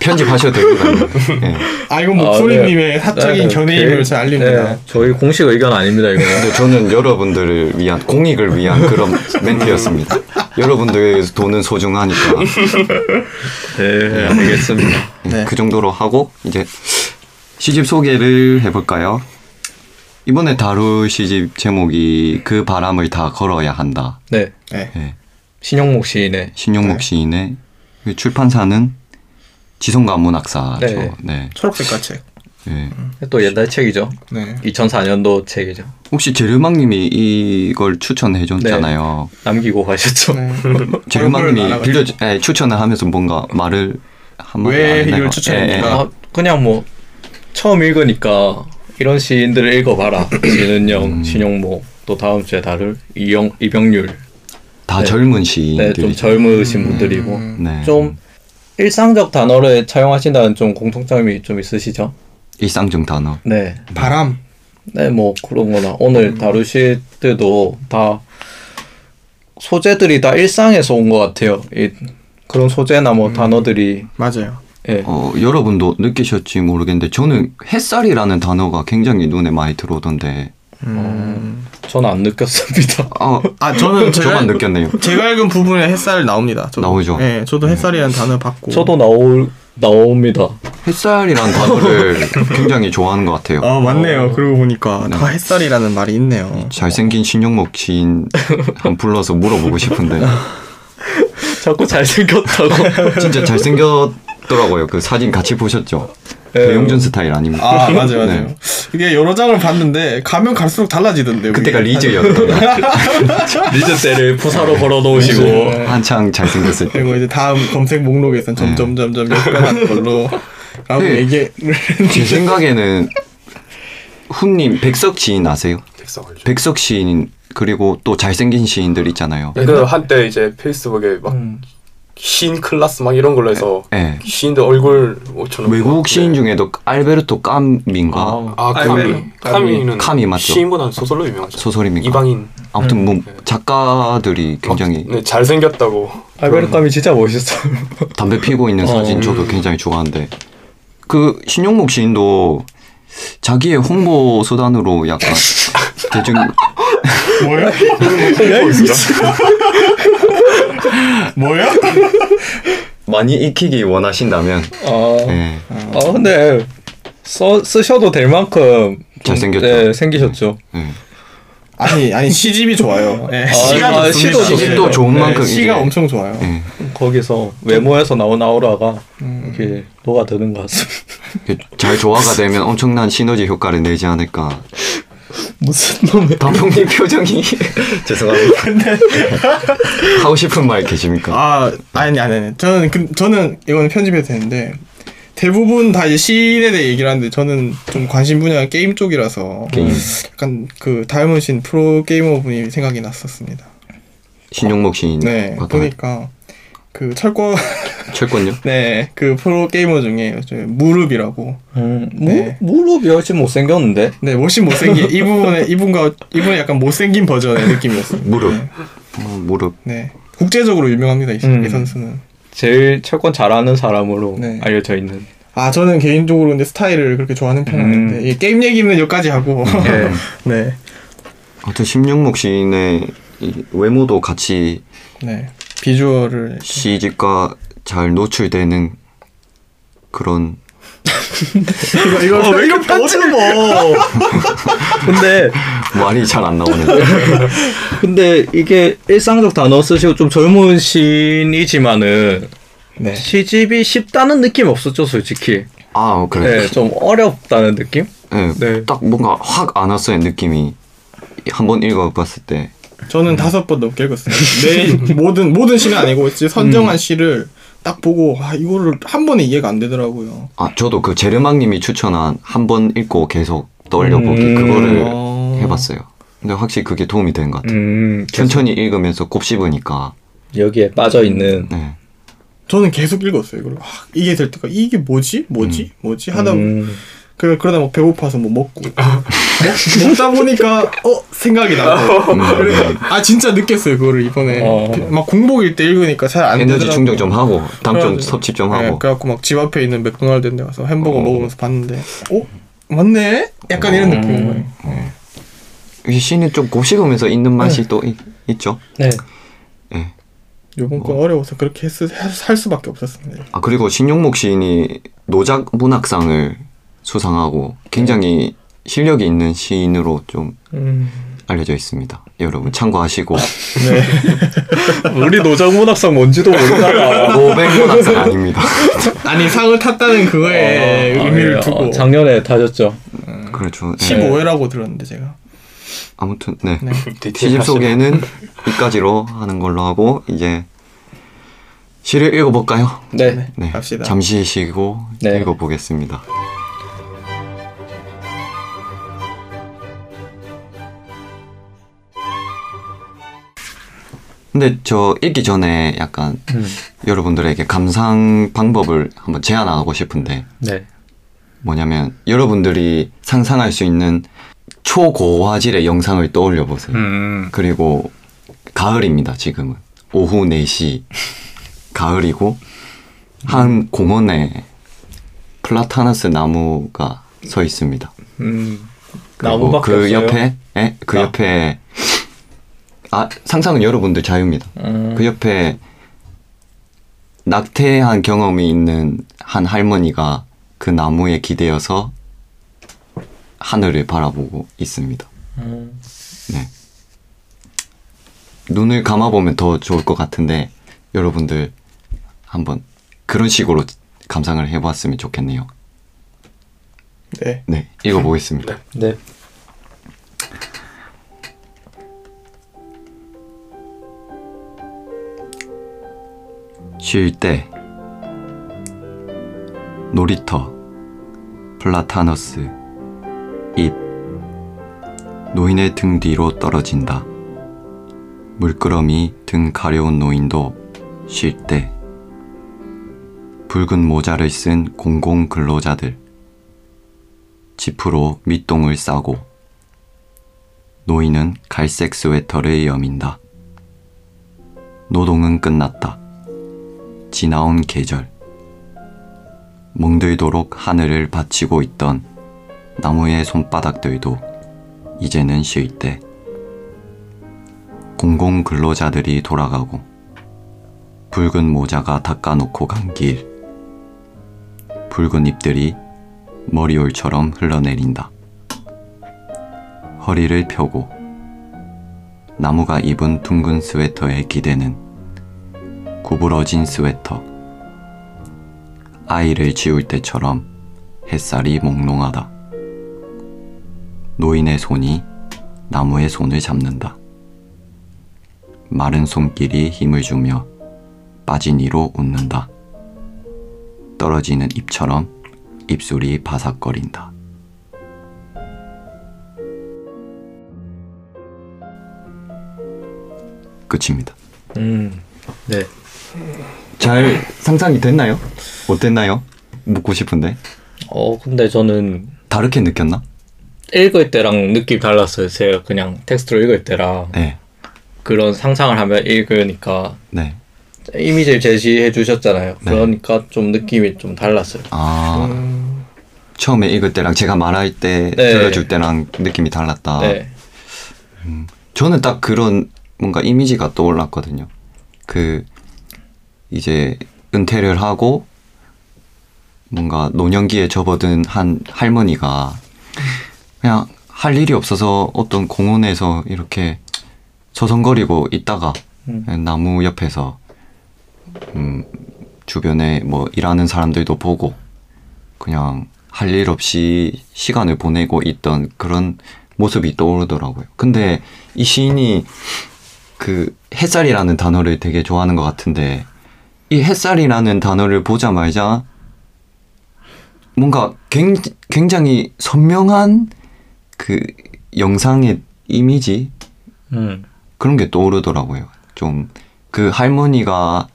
C: 편집하셔도 됩니다. 예.
B: 아 이건 목소리님의
D: 아, 네.
B: 사적인
D: 네,
B: 견해임을
D: 네.
B: 잘 알립니다.
D: 네, 저희 공식 의견 아닙니다 이거.
C: 근데 저는 여러분들을 위한 공익을 위한 그런 멘트였습니다. 여러분들의 돈은 소중하니까
D: [LAUGHS] 네 알겠습니다.
B: 네.
C: 그 정도로 하고 이제 시집 소개를 해볼까요? 이번에 다룰 시집 제목이 그 바람을 다 걸어야 한다.
D: 네
B: 네.
C: 예.
D: 신영목 네. 시인의
C: 신용목 시인의 그 출판사는 지성과 문학사죠.
D: 네.
C: 네.
B: 초록색깔 책.
C: 예.
D: 또 옛날 책이죠.
B: 네.
D: 2004년도 책이죠.
C: 혹시 제르망님이 이걸 추천해줬잖아요.
D: 남기고 가셨죠.
B: 네.
C: 제르망님이
B: 얼굴을
C: 빌려 예, 추천을 하면서 뭔가 말을 한마디
B: 왜
C: 안
B: 이걸
C: 해요.
B: 추천했는가?
C: 예, 예.
D: 아, 그냥 뭐 처음 읽으니까 이런 시인들을 읽어봐라. 진은영, 신용모, 또 다음 주에 다룰 이영, 이병률.
C: 다
D: 네.
C: 젊은
D: 네, 좀
C: 시인들이죠.
D: 젊으신 분들이고
B: 음,
C: 네.
D: 좀 일상적 단어를 차용하신다는 좀 공통점이 좀 있으시죠?
C: 일상적 단어.
D: 네, 음.
B: 바람.
D: 네, 뭐 그런 거나 오늘 다루실 때도 다 소재들이 다 일상에서 온 것 같아요. 이, 그런 소재나 뭐 단어들이
B: 맞아요.
D: 예.
C: 어, 여러분도 느끼셨지 모르겠는데 저는 햇살이라는 단어가 굉장히 눈에 많이 들어오던데
D: 저는 안 느꼈습니다. [LAUGHS]
C: 아,
B: 아 저는 제가
C: 저만 느꼈네요.
B: 제가 읽은 부분에 햇살 나옵니다. 저도.
C: 나오죠.
B: 네, 저도 햇살이라는 단어 받고.
D: 저도 나올 나옵니다.
C: 햇살이라는 단어를 굉장히 좋아하는 것 같아요.
B: 아 맞네요. 그러고 보니까 다 햇살이라는 말이 있네요.
C: 잘생긴 신용목 시인 한 불러서 물어보고 싶은데
D: 자꾸 잘생겼다고.
C: 진짜 잘생겼더라고요. 그 사진 같이 보셨죠? 그 배용준 스타일 아닙니까?
B: 네. 아 맞아요, 맞아요.
C: 네.
B: 이게 여러 장을 봤는데 가면 갈수록 달라지던데요.
C: 그때가
B: 이게.
C: 리즈였던 것 같아요.
D: [LAUGHS] 리즈 때를 부사로 걸어 놓으시고 아,
B: 네.
C: 한창 잘생겼을 때.
B: 그리고 이제 다음 검색 목록에선 점점 점점 약간한 걸로 라고
C: 네.
B: 얘기
C: 제 생각에는 훈님 백석 시인 아세요?
A: 백성 알죠.
C: 백석 시인 그리고 또 잘생긴 시인들 있잖아요.
A: 그 한때 이제 페이스북에 막
D: 음.
A: 시인 클라스 막 이런 걸로 해서
C: 예. 네.
A: 시인들 얼굴 5천 원.
C: 예. 외국 시인 중에도 알베르토 깜민가
A: 아 카미
D: 알베르.
A: 카미는
C: 카미 맞죠? 아,
A: 시인보다는 소설로 유명하죠.
C: 소설입니까?
A: 이방인.
C: 아무튼 뭐
A: 네.
C: 작가들이 굉장히
A: 네 잘생겼다고.
D: 알베르감이 진짜 멋있어.
C: 담배 피고 있는 사진 저도 굉장히 좋아하는데 그 신용목 시인도 자기의 홍보 수단으로 약간 대중
B: 뭐야?
C: 네.
B: 뭐야?
C: 많이 익히기 원하신다면
D: 아,
C: 예.
D: 아 근데 써 쓰셔도 될 만큼 좀, 네,
C: 잘생겼죠.
D: 예, 생기셨죠.
C: 예.
B: 아니 아니 시집이 좋아요. 예, 시가
D: 아,
B: 좋습니다.
D: 시도 좋-
C: 시도 좋은
B: 예,
C: 만큼 이제
B: 시가 엄청 좋아요.
C: 예,
D: 거기서 외모에서 나온 아우라가 이렇게 녹아드는 것 같습니다.
C: 잘그 조화가 되면 엄청난 시너지 효과를 내지 않을까.
D: 무슨 놈의
C: 감독님 표정이 [LAUGHS] 죄송합니다. 하고 싶은 말 계십니까?
B: 아 아니 아니 아니 저는 그, 저는 이거는 편집해도 되는데 대부분 다 이제 시인에 대해 얘기를 하는데 저는 좀 관심 분야가 게임 쪽이라서
C: 게임.
B: 약간 그 닮으신 프로 게이머 분이 생각이 났었습니다.
C: 신용목 시인.
B: 네
C: 같은
B: 보니까 그 철권 [LAUGHS]
C: 철권요?
B: 네그 프로 게이머 중에 저희 무릎이라고
D: 음,
B: 네.
D: 무, 무릎이 훨씬 못생겼는데?
B: 네
C: [LAUGHS]
B: 멋진 못생긴 이 부분에 이분과 이분의 약간 못생긴 버전의 느낌이었습니다.
C: 무릎. 어, 무릎.
B: 네 국제적으로 유명합니다 이, 선-
D: 음.
B: 이 선수는.
D: 제일 철권 잘하는 사람으로
B: 네.
D: 알려져 있는.
B: 아 저는 개인적으로 근데 스타일을 그렇게 좋아하는 편은
D: 음.
B: 아닌데 예, 게임 얘기는 여기까지 하고
D: 네.
B: 네.
C: 아무튼 신용목 시인의 이 외모도 같이
B: [LAUGHS] 네. 비주얼을
C: 시집과 잘 노출되는 그런
B: 이거 이거 어, 왜 이렇게
D: 어. [LAUGHS] 근데
C: 말이 잘 안 나오는데. [LAUGHS]
D: 근데 이게 일상적 단어 쓰시고 좀 젊은 시인이지만은
B: 네.
D: 시집이 쉽다는 느낌 없었죠 솔직히.
C: 아 그래.
D: 네, 좀 어렵다는 느낌?
C: 예,
D: 네.
C: 딱 뭔가 확 안 왔어요 느낌이. 한번 읽어봤을 때.
B: 저는 다섯 번 넘게 읽었어요. 내 [LAUGHS] 모든 모든 시는 아니고 이제 선정한
D: 음.
B: 시를 딱 보고 아 이거를 한 번에 이해가 안 되더라고요.
C: 아 저도 그 제르망님이 추천한 한 번 읽고 계속 떠올려보기
D: 음.
C: 그거를
B: 어.
C: 해봤어요. 근데 확실히 그게 도움이 되는 것 같아요.
D: 음
C: 천천히 읽으면서 곱씹으니까.
D: 여기에 빠져 있는
C: 네.
B: 저는 계속 읽었어요. 이걸 아, 이게 될 때까 지 이게 뭐지 뭐지 뭐지 하다
D: 음, 아.
B: 그 그러다 뭐 배고파서
D: [LAUGHS]
B: 뭐 먹고 먹, 먹다 보니까 어
D: [LAUGHS]
B: 생각이 나고
C: 음,
B: 그래, 아 진짜 느꼈어요 그거를 이번에
D: 어.
B: 막 공복일 때 읽으니까 잘 안 되더라고요.
C: 에너지 충전 좀 하고 당 좀
B: 그래가지고.
C: 섭취 좀
B: 네,
C: 하고.
B: 그래갖고 막 집 앞에 있는 맥도날드 데 가서 햄버거
C: 어.
B: 먹으면서 봤는데 어? 맞네? 약간 이런
D: 음.
B: 느낌인 거예요 네.
C: 이 시는 좀 곱씹으면서 읽는 맛이 또 이- 있죠.
D: 네.
C: 예.
B: 요번 건 어려워서 그렇게 했, 살 수밖에 없었습니다
C: 아 그리고 신용목 시인이 노작 문학상을 수상하고 굉장히 실력이 있는 시인으로 좀
B: 음.
C: 알려져 있습니다. 여러분 참고하시고
D: 우리 노장 문학상 뭔지도 [LAUGHS] 모르다가
C: 500 문학상
B: [LAUGHS]
C: 아닙니다.
B: 아니 상을 탔다는
E: 네,
B: 그거에
C: 어,
B: 의미를 두고
D: 아, 예, 어, 작년에 타셨죠.
C: 그렇죠. 예.
B: 15회라고 들었는데 제가
C: 아무튼 네.
B: 네.
C: [LAUGHS] 시집 소개는 이까지로 하는 걸로 하고 이제 시를 읽어볼까요?
D: 네.
C: 네.
B: 갑시다.
C: 잠시 쉬고
D: 네.
C: 읽어보겠습니다. 근데 저 읽기 전에 약간
D: 음.
C: 여러분들에게 감상 방법을 한번 제안하고 싶은데
D: 네.
C: 뭐냐면 여러분들이 상상할 수 있는 초고화질의 영상을 떠올려 보세요.
D: 음.
C: 그리고 가을입니다. 지금은 오후 4시 가을이고 한 공원에 플라타나스 나무가 서 있습니다.
D: 음.
C: 그리고
D: 나무밖에
C: 그
D: 없어요?
C: 옆에 예? 그
D: 나-
C: 옆에 아 상상은 여러분들 자유입니다.
D: 음.
C: 그 옆에 낙태한 경험이 있는 한 할머니가 그 나무에 기대어서 하늘을 바라보고 있습니다.
D: 음.
C: 네. 눈을 감아보면 더 좋을 것 같은데 여러분들 한번 그런 식으로 감상을 해보았으면 좋겠네요.
B: 네
C: 네, 읽어보겠습니다.
D: 네.
C: 쉴 때 놀이터 플라타너스 잎 노인의 등 뒤로 떨어진다 물끄러미 등 가려운 노인도 쉴 때 붉은 모자를 쓴 공공 근로자들 지프로 밑동을 싸고 노인은 갈색 스웨터를 여민다 노동은 끝났다 지나온 계절 멍들도록 하늘을 받치고 있던 나무의 손바닥들도 이제는 쉴 때 공공 근로자들이 돌아가고 붉은 모자가 닦아놓고 간 길 붉은 잎들이 머리올처럼 흘러내린다 허리를 펴고 나무가 입은 둥근 스웨터에 기대는 구부러진 스웨터 아이를 지울 때처럼 햇살이 몽롱하다 노인의 손이 나무의 손을 잡는다 마른 손길이 힘을 주며 빠진 이로 웃는다 떨어지는 잎처럼 입술이 바삭거린다 끝입니다.
D: 음. 네.
C: 잘 상상이 됐나요? 어땠나요? 묻고 싶은데
D: 어, 근데 저는
C: 다르게 느꼈나?
D: 읽을 때랑 느낌이 달랐어요. 제가 그냥 텍스트로 읽을 때랑
C: 네,
D: 그런 상상을 하며 읽으니까
C: 네.
D: 이미지를 제시해 주셨잖아요.
C: 네.
D: 그러니까 좀 느낌이 좀 달랐어요.
C: 아 처음에 읽을 때랑 제가 말할 때
D: 음. 네.
C: 들려줄 때랑 느낌이 달랐다.
D: 네.
C: 저는 딱 그런 뭔가 이미지가 떠올랐거든요. 그 이제 은퇴를 하고 뭔가 노년기에 접어든 한 할머니가 그냥 할 일이 없어서 어떤 공원에서 이렇게 서성거리고 있다가
D: 음.
C: 나무 옆에서 음, 주변에 뭐 일하는 사람들도 보고 그냥 할 일 없이 시간을 보내고 있던 그런 모습이 떠오르더라고요. 근데 이 시인이 그 햇살이라는 단어를 되게 좋아하는 것 같은데 이 햇살이라는 단어를 보자마자 뭔가 굉- 굉장히 선명한 그 영상의 이미지
D: 음.
C: 그런 게 떠오르더라고요. 좀 그 할머니가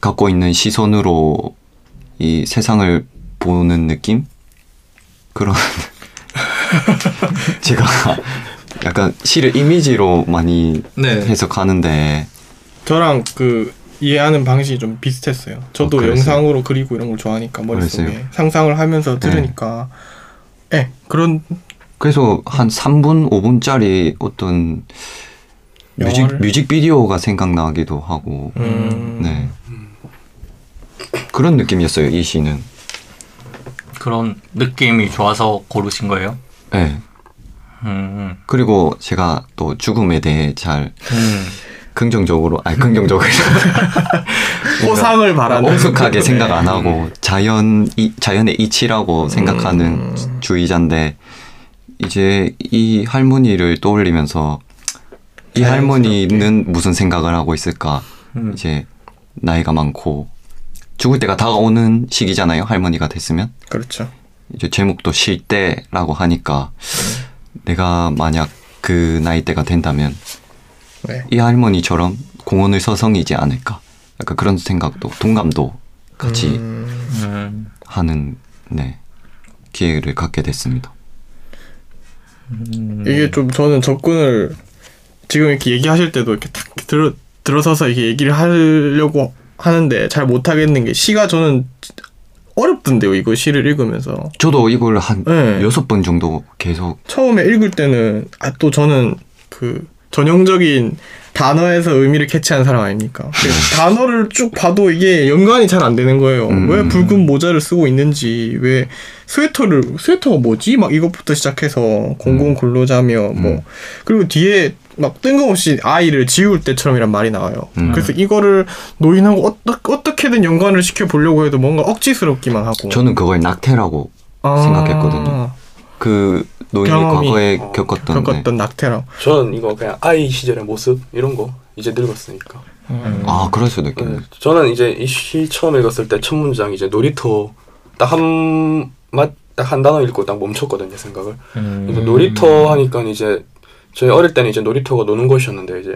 C: 갖고 있는 시선으로 이 세상을 보는 느낌? 그런 [LAUGHS] 제가 약간 시를 이미지로 많이
B: 네.
C: 해석하는데
B: 저랑 그 이해하는 방식이 좀 비슷했어요. 저도
C: 아, 그랬어요?
B: 영상으로 그리고 이런 걸 좋아하니까 머릿속에
C: 그랬어요?
B: 상상을 하면서
C: 네.
B: 들으니까 예 그런
C: 그래서 한 3분, 5분짜리 어떤 뮤직
B: 영화를?
C: 뮤직비디오가 생각나기도 하고
B: 음,
C: 네. 그런 느낌이었어요, 이 시는.
E: 그런 느낌이 좋아서 고르신 거예요?
C: 네.
E: 음.
C: 그리고 제가 또 죽음에 대해 잘
E: 음.
C: 긍정적으로 아니 긍정적으로
B: 포상을 바라는
C: 엄숙하게 생각 안 하고 자연 이, 자연의 이치라고 생각하는 주의자인데 이제 이 할머니를 떠올리면서 이 할머니는 무슨 생각을 하고 있을까
E: 음.
C: 이제 나이가 많고 죽을 때가 다가오는 시기잖아요 할머니가 됐으면
B: 그렇죠.
C: 이제 제목도 쉴 때라고 하니까 내가 만약 그 나이 때가 된다면
B: 네.
C: 이 할머니처럼 공원을 서성이지 않을까 약간 그런 생각도 동감도 같이
B: 음,
E: 음.
C: 하는 네 기회를 갖게 됐습니다.
E: 음.
B: 이게 좀 저는 접근을 지금 이렇게 얘기하실 때도 이렇게 탁 들어 들어서서 이렇게 얘기를 하려고 하는데 잘 못 하겠는 게 시가 저는 어렵던데요. 이거 시를 읽으면서
C: 저도 이걸 한
B: 네.
C: 여섯 번 정도 계속
B: 처음에 읽을 때는 아 또 저는 그 전형적인 단어에서 의미를 캐치하는 사람
C: 음.
B: 아닙니까? 그 단어를 쭉 봐도 이게 연관이 잘 안 되는 거예요.
C: 음.
B: 왜 붉은 모자를 쓰고 있는지, 왜 스웨터를 스웨터가 뭐지? 막 이것부터 시작해서
C: 음.
B: 공공 근로자며 뭐 그리고 뒤에 막 뜬금없이 아이를 지울 때처럼이란 말이 나와요.
C: 음.
B: 그래서 이거를 노인하고 어떠, 어떻게든 연관을 시켜 보려고 해도 뭔가 억지스럽기만 하고
C: 저는 그걸 낙태라고
B: 아,
C: 생각했거든요. 그 노인이
B: 경험이
C: 과거에
A: 어,
C: 겪었던 네.
B: 겪었던 낙태랑
A: 전 이거 그냥 아이 시절의 모습 이런 거 이제 늙었으니까.
D: 음.
C: 아 그럴 수도
A: 네,
C: 있겠네요.
B: 음.
A: 저는 이제 이 시 처음 읽었을 때 첫 문장 이제 놀이터 딱한맛딱한 단어 읽고 딱 멈췄거든요 생각을.
D: 음.
E: 음.
A: 그래서
B: 음.
A: 놀이터 하니까 이제 저희 어릴 때는 이제 놀이터가 노는 곳이었는데 이제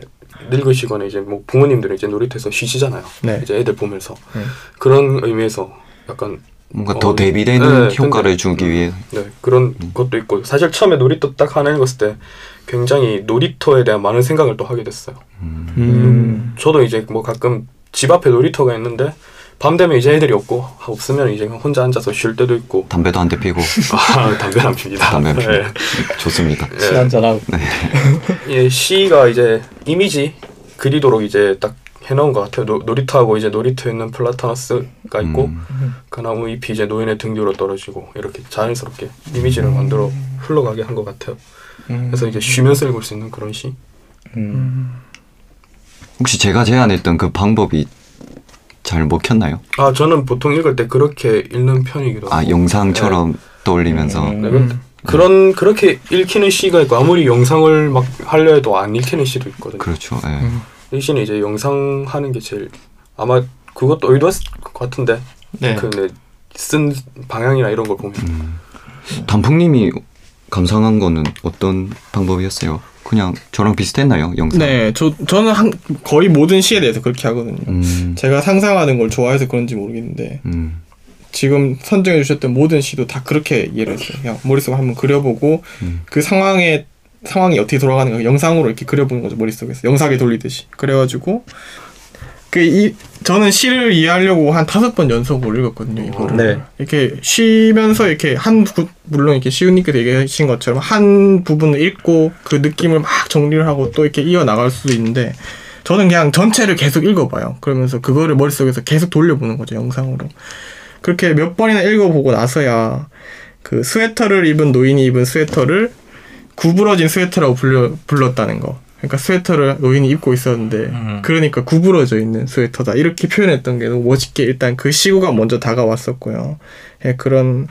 A: 늙으시거나 이제 뭐 부모님들은 이제 놀이터에서 쉬시잖아요.
B: 네.
A: 이제 애들 보면서
B: 네.
A: 그런 의미에서 약간
C: 뭔가
A: 어,
C: 더 대비되는
A: 네,
C: 효과를
A: 근데-
C: 주기 위해
A: 네, 그런
B: 음.
A: 것도 있고 사실 처음에 놀이터 딱 하나 읽었을 때 굉장히 놀이터에 대한 많은 생각을 또 하게 됐어요.
B: 음.
A: 저도 이제 뭐 가끔 집 앞에 놀이터가 있는데 밤 되면 이제 애들이 없고 없으면 이제 그냥 혼자 앉아서 쉴 때도
C: [LAUGHS]
A: 있고
C: 담배도 한 대 피고
A: 아, 담배 안 핍니다.
C: 담배 안 피고
A: 네.
C: [LAUGHS] 좋습니다.
D: 음.
A: 네.
E: 음.
D: 술 한잔하고.
A: 예, 시가 이제 이미지 그리도록 이제 딱 해놓은 것 같아요. 노, 놀이터하고 이제 놀이터에 있는 플라타나스가 있고
C: 음.
A: 그 나무 잎이 이제 노인의 등 뒤로 떨어지고 이렇게 자연스럽게 이미지를 만들어 흘러가게 한 것 같아요. 그래서 이제 쉬면서 읽을 수 있는 그런 시.
C: 혹시 제가 제안했던 그 방법이 잘 먹혔나요?
A: 아 저는 보통 읽을 때 그렇게 읽는 편이기도
C: 아
A: 하고.
C: 영상처럼 떠올리면서
A: 네, 그- 그런 그렇게 읽히는 시가 있고 아무리 영상을 막 하려 해도 안 읽히는 시도 있거든요.
C: 그렇죠. 예.
B: 음.
A: 대신에 이제 영상 하는 게 제일 아마 그것도 의도했을 것 같은데
B: 그
A: 그
E: 네.
A: 근데 쓴 방향이나 이런 걸 보면
C: 단풍님이 감상한 거는 어떤 방법이었어요? 그냥 저랑 비슷했나요? 영상.
B: 네, 저 저는 한, 거의 모든 시에 대해서 그렇게 하거든요.
C: 음.
B: 제가 상상하는 걸 좋아해서 그런지 모르겠는데
C: 음.
B: 지금 선정해 주셨던 모든 시도 다 그렇게 이해를 했어요. 그냥 머릿속에 한번 그려보고
C: 음.
B: 그 상황에 상황이 어떻게 돌아가는가 영상으로 이렇게 그려보는 거죠 머릿속에서 영상에 돌리듯이 그래가지고 그 이 저는 시를 이해하려고 한 다섯 번 연속으로 읽었거든요 이거를
D: 네.
B: 이렇게 쉬면서 이렇게 한 부, 물론 이렇게 시우님께서 얘기하신 것처럼 한 부분을 읽고 그 느낌을 막 정리를 하고 또 이렇게 이어 나갈 수도 있는데 저는 그냥 전체를 계속 읽어봐요 그러면서 그거를 머릿속에서 계속 돌려보는 거죠 영상으로 그렇게 몇 번이나 읽어보고 나서야 그 스웨터를 입은 노인이 입은 스웨터를 구부러진 스웨터라고 불려, 불렀다는 거. 그러니까 스웨터를 노인이 입고 있었는데
E: 음.
B: 그러니까 구부러져 있는 스웨터다 이렇게 표현했던 게 너무 멋있게 일단 그 시구가 먼저 다가왔었고요. 예, 그런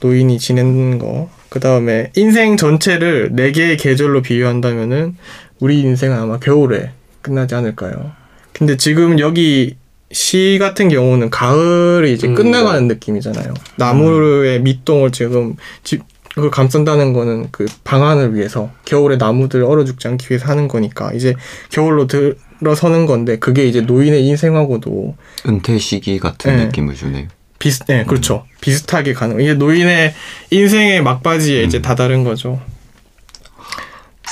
B: 노인이 지낸 거. 그 다음에 인생 전체를 네 개의 계절로 비유한다면은 우리 인생은 아마 겨울에 끝나지 않을까요? 근데 지금 여기 시 같은 경우는 가을이 이제
A: 음,
B: 끝나가는 느낌이잖아요. 나무의 밑동을 지금 지- 그걸 감싼다는 거는 그 방안을 위해서 겨울에 나무들 얼어 죽지 않기 위해서 하는 거니까 이제 겨울로 들어서는 건데 그게 이제 노인의 인생하고도
C: 은퇴 시기 같은
B: 네.
C: 느낌을 주네요.
B: 비슷, 네, 그렇죠. 비슷하게 가는. 이게 노인의 인생의 막바지에 이제 다다른 거죠.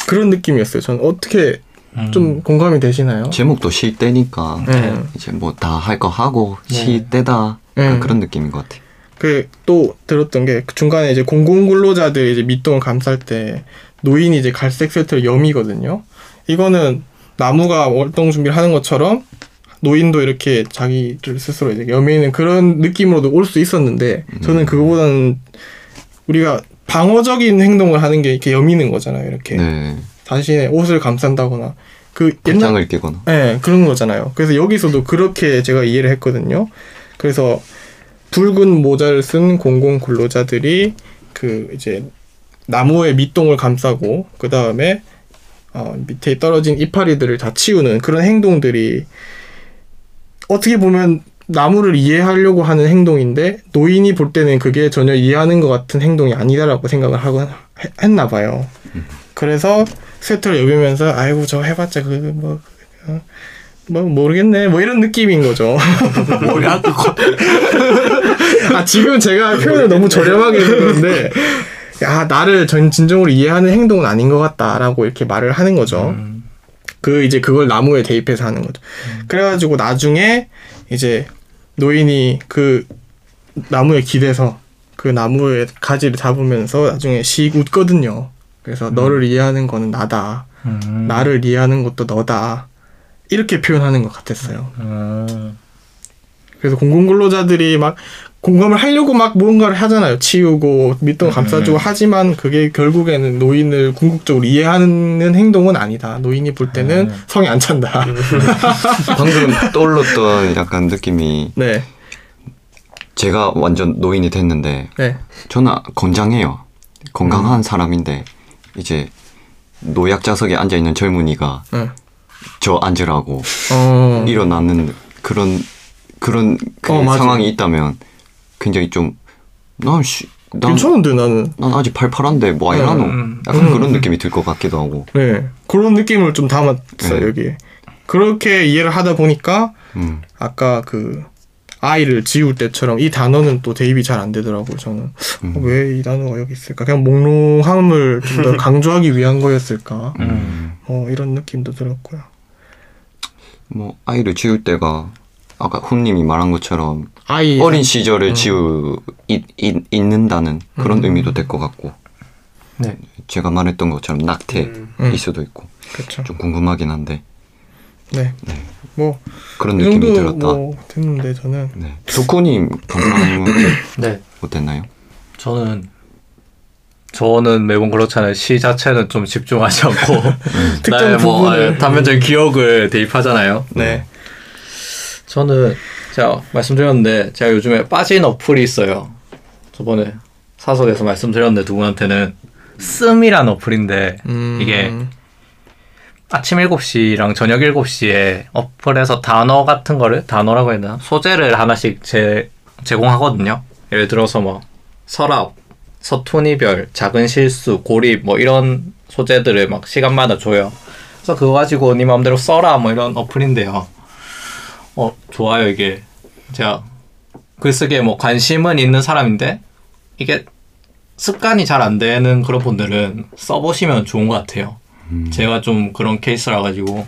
B: 그런 느낌이었어요. 저는 어떻게
E: 음.
B: 좀 공감이 되시나요?
C: 제목도 쉴 때니까
B: 네.
C: 이제 뭐 다 할 거 하고 쉴 때다
B: 네.
C: 약간 그런 느낌인 것 같아요.
B: 그 또 들었던 게그 중간에 이제 공공 근로자들 이제 밑동을 감쌀 때 노인이 이제 갈색 세트를 여미거든요. 이거는 나무가 월동 준비를 하는 것처럼 노인도 이렇게 자기를 스스로 이제 여미는 그런 느낌으로도 올 수 있었는데 저는 그거보다는 우리가 방어적인 행동을 하는 게 이렇게 여미는 거잖아요. 이렇게
C: 네.
B: 자신의 옷을 감싼다거나 그 예. 옛날
C: 팔짱을 끼거나.
B: 네, 그런 거잖아요. 그래서 여기서도 그렇게 제가 이해를 했거든요. 그래서 붉은 모자를 쓴 공공 근로자들이 그 이제 나무의 밑동을 감싸고 그 다음에 어, 밑에 떨어진 이파리들을 다 치우는 그런 행동들이 어떻게 보면 나무를 이해하려고 하는 행동인데 노인이 볼 때는 그게 전혀 이해하는 것 같은 행동이 아니다라고 생각을 하고 했- 했나 봐요. 그래서 스웨터를 여비면서 아이고 저 해봤자 그뭐 뭐 모르겠네 뭐 이런 느낌인 거죠.
E: 뭐라고?
B: 아 지금 제가 표현을 너무 저렴하게 해서 그런데 야 나를 전 진정으로 이해하는 행동은 아닌 것 같다라고 이렇게 말을 하는 거죠. 그 이제 그걸 나무에 대입해서 하는 거죠. 그래가지고 나중에 이제 노인이 그 나무에 기대서 그 나무의 가지를 잡으면서 나중에 씩 웃거든요. 그래서 너를 이해하는 거는 나다.
E: 음.
B: 나를 이해하는 것도 너다. 이렇게 표현하는 것 같았어요.
E: 음.
B: 그래서 공공근로자들이 막 공감을 하려고 막 뭔가를 하잖아요. 치우고 밑동 감싸주고 하지만 그게 결국에는 노인을 궁극적으로 이해하는 행동은 아니다. 노인이 볼 때는 성이 안 찬다. [LAUGHS]
C: 방금 떠올랐던 약간 느낌이
B: 네,
C: 제가 완전 노인이 됐는데
B: 네,
C: 저는 건장해요.
B: 음.
C: 건강한 사람인데 이제 노약 좌석에 앉아 있는 젊은이가
B: 응.
C: 저 앉으라고
B: 네. 어,
C: 일어나는 그런 그런 그
B: 어, 맞아.
C: 상황이 있다면 굉장히 좀난 난,
B: 괜찮은데 나는.
C: 난 아직 팔팔한데 뭐 아니라노
E: 음.
C: 약간 그런 느낌이 들 것 같기도 하고
B: 네, 그런 느낌을 좀 담았어요
C: 네.
B: 여기에. 그렇게 이해를 하다 보니까
C: 음.
B: 아까 그 아이를 지울 때처럼 이 단어는 또 대입이 잘 안 되더라고요. 저는 어,
C: 음.
B: 왜 이 단어가 여기 있을까? 그냥 몽롱함을
C: [LAUGHS]
B: 좀더 강조하기 위한 거였을까?
E: 음.
B: 어, 이런 느낌도 들었고요.
C: 뭐 아이를 지울 때가 아까 훈님이 말한 것처럼
B: 아이 음.
C: 어린 시절을 지우 이- 이- 잊는다는 그런 의미도 될 것 같고
E: 네.
C: 제가 말했던 것처럼 낙태일
A: 음.
B: 음.
C: 수도 있고
B: 그렇죠.
C: 좀 궁금하긴 한데
B: 네. 뭐,
C: 그런
B: 이
C: 느낌이
B: 정도
C: 들었다.
B: 뭐 됐는데 저는
C: 네. 조코님 감상은 [COUGHS]
D: 네,
C: 어땠나요?
D: 저는 저는 매번 그렇잖아요. 시 자체는 좀 집중하지 않고
B: 음.
D: [LAUGHS]
B: 특정
D: 나의 뭐
B: 부분을. 음.
D: 아, 단면적인 기억을 대입하잖아요. 음.
C: 네.
F: 저는
D: 제가 말씀드렸는데 제가 요즘에 빠진 어플이 있어요. 저번에 사석에서 말씀드렸는데 두 분한테는 씀이란 어플인데
B: 음,
D: 이게 아침 7시랑 저녁 7시에 어플에서 단어 같은 거를 단어라고 해야 되나 소재를 하나씩 제, 제공하거든요. 예를 들어서 뭐 서랍, 서툰이별, 작은 실수, 고립 뭐 이런 소재들을 막 시간마다 줘요. 그래서 그거 가지고 네 마음대로 써라 뭐 이런 어플인데요. 어 좋아요 이게 제가 글쓰기에 뭐 관심은 있는 사람인데 이게 습관이 잘 안 되는 그런 분들은 써보시면 좋은 것 같아요. 제가 좀 그런 케이스라 가지고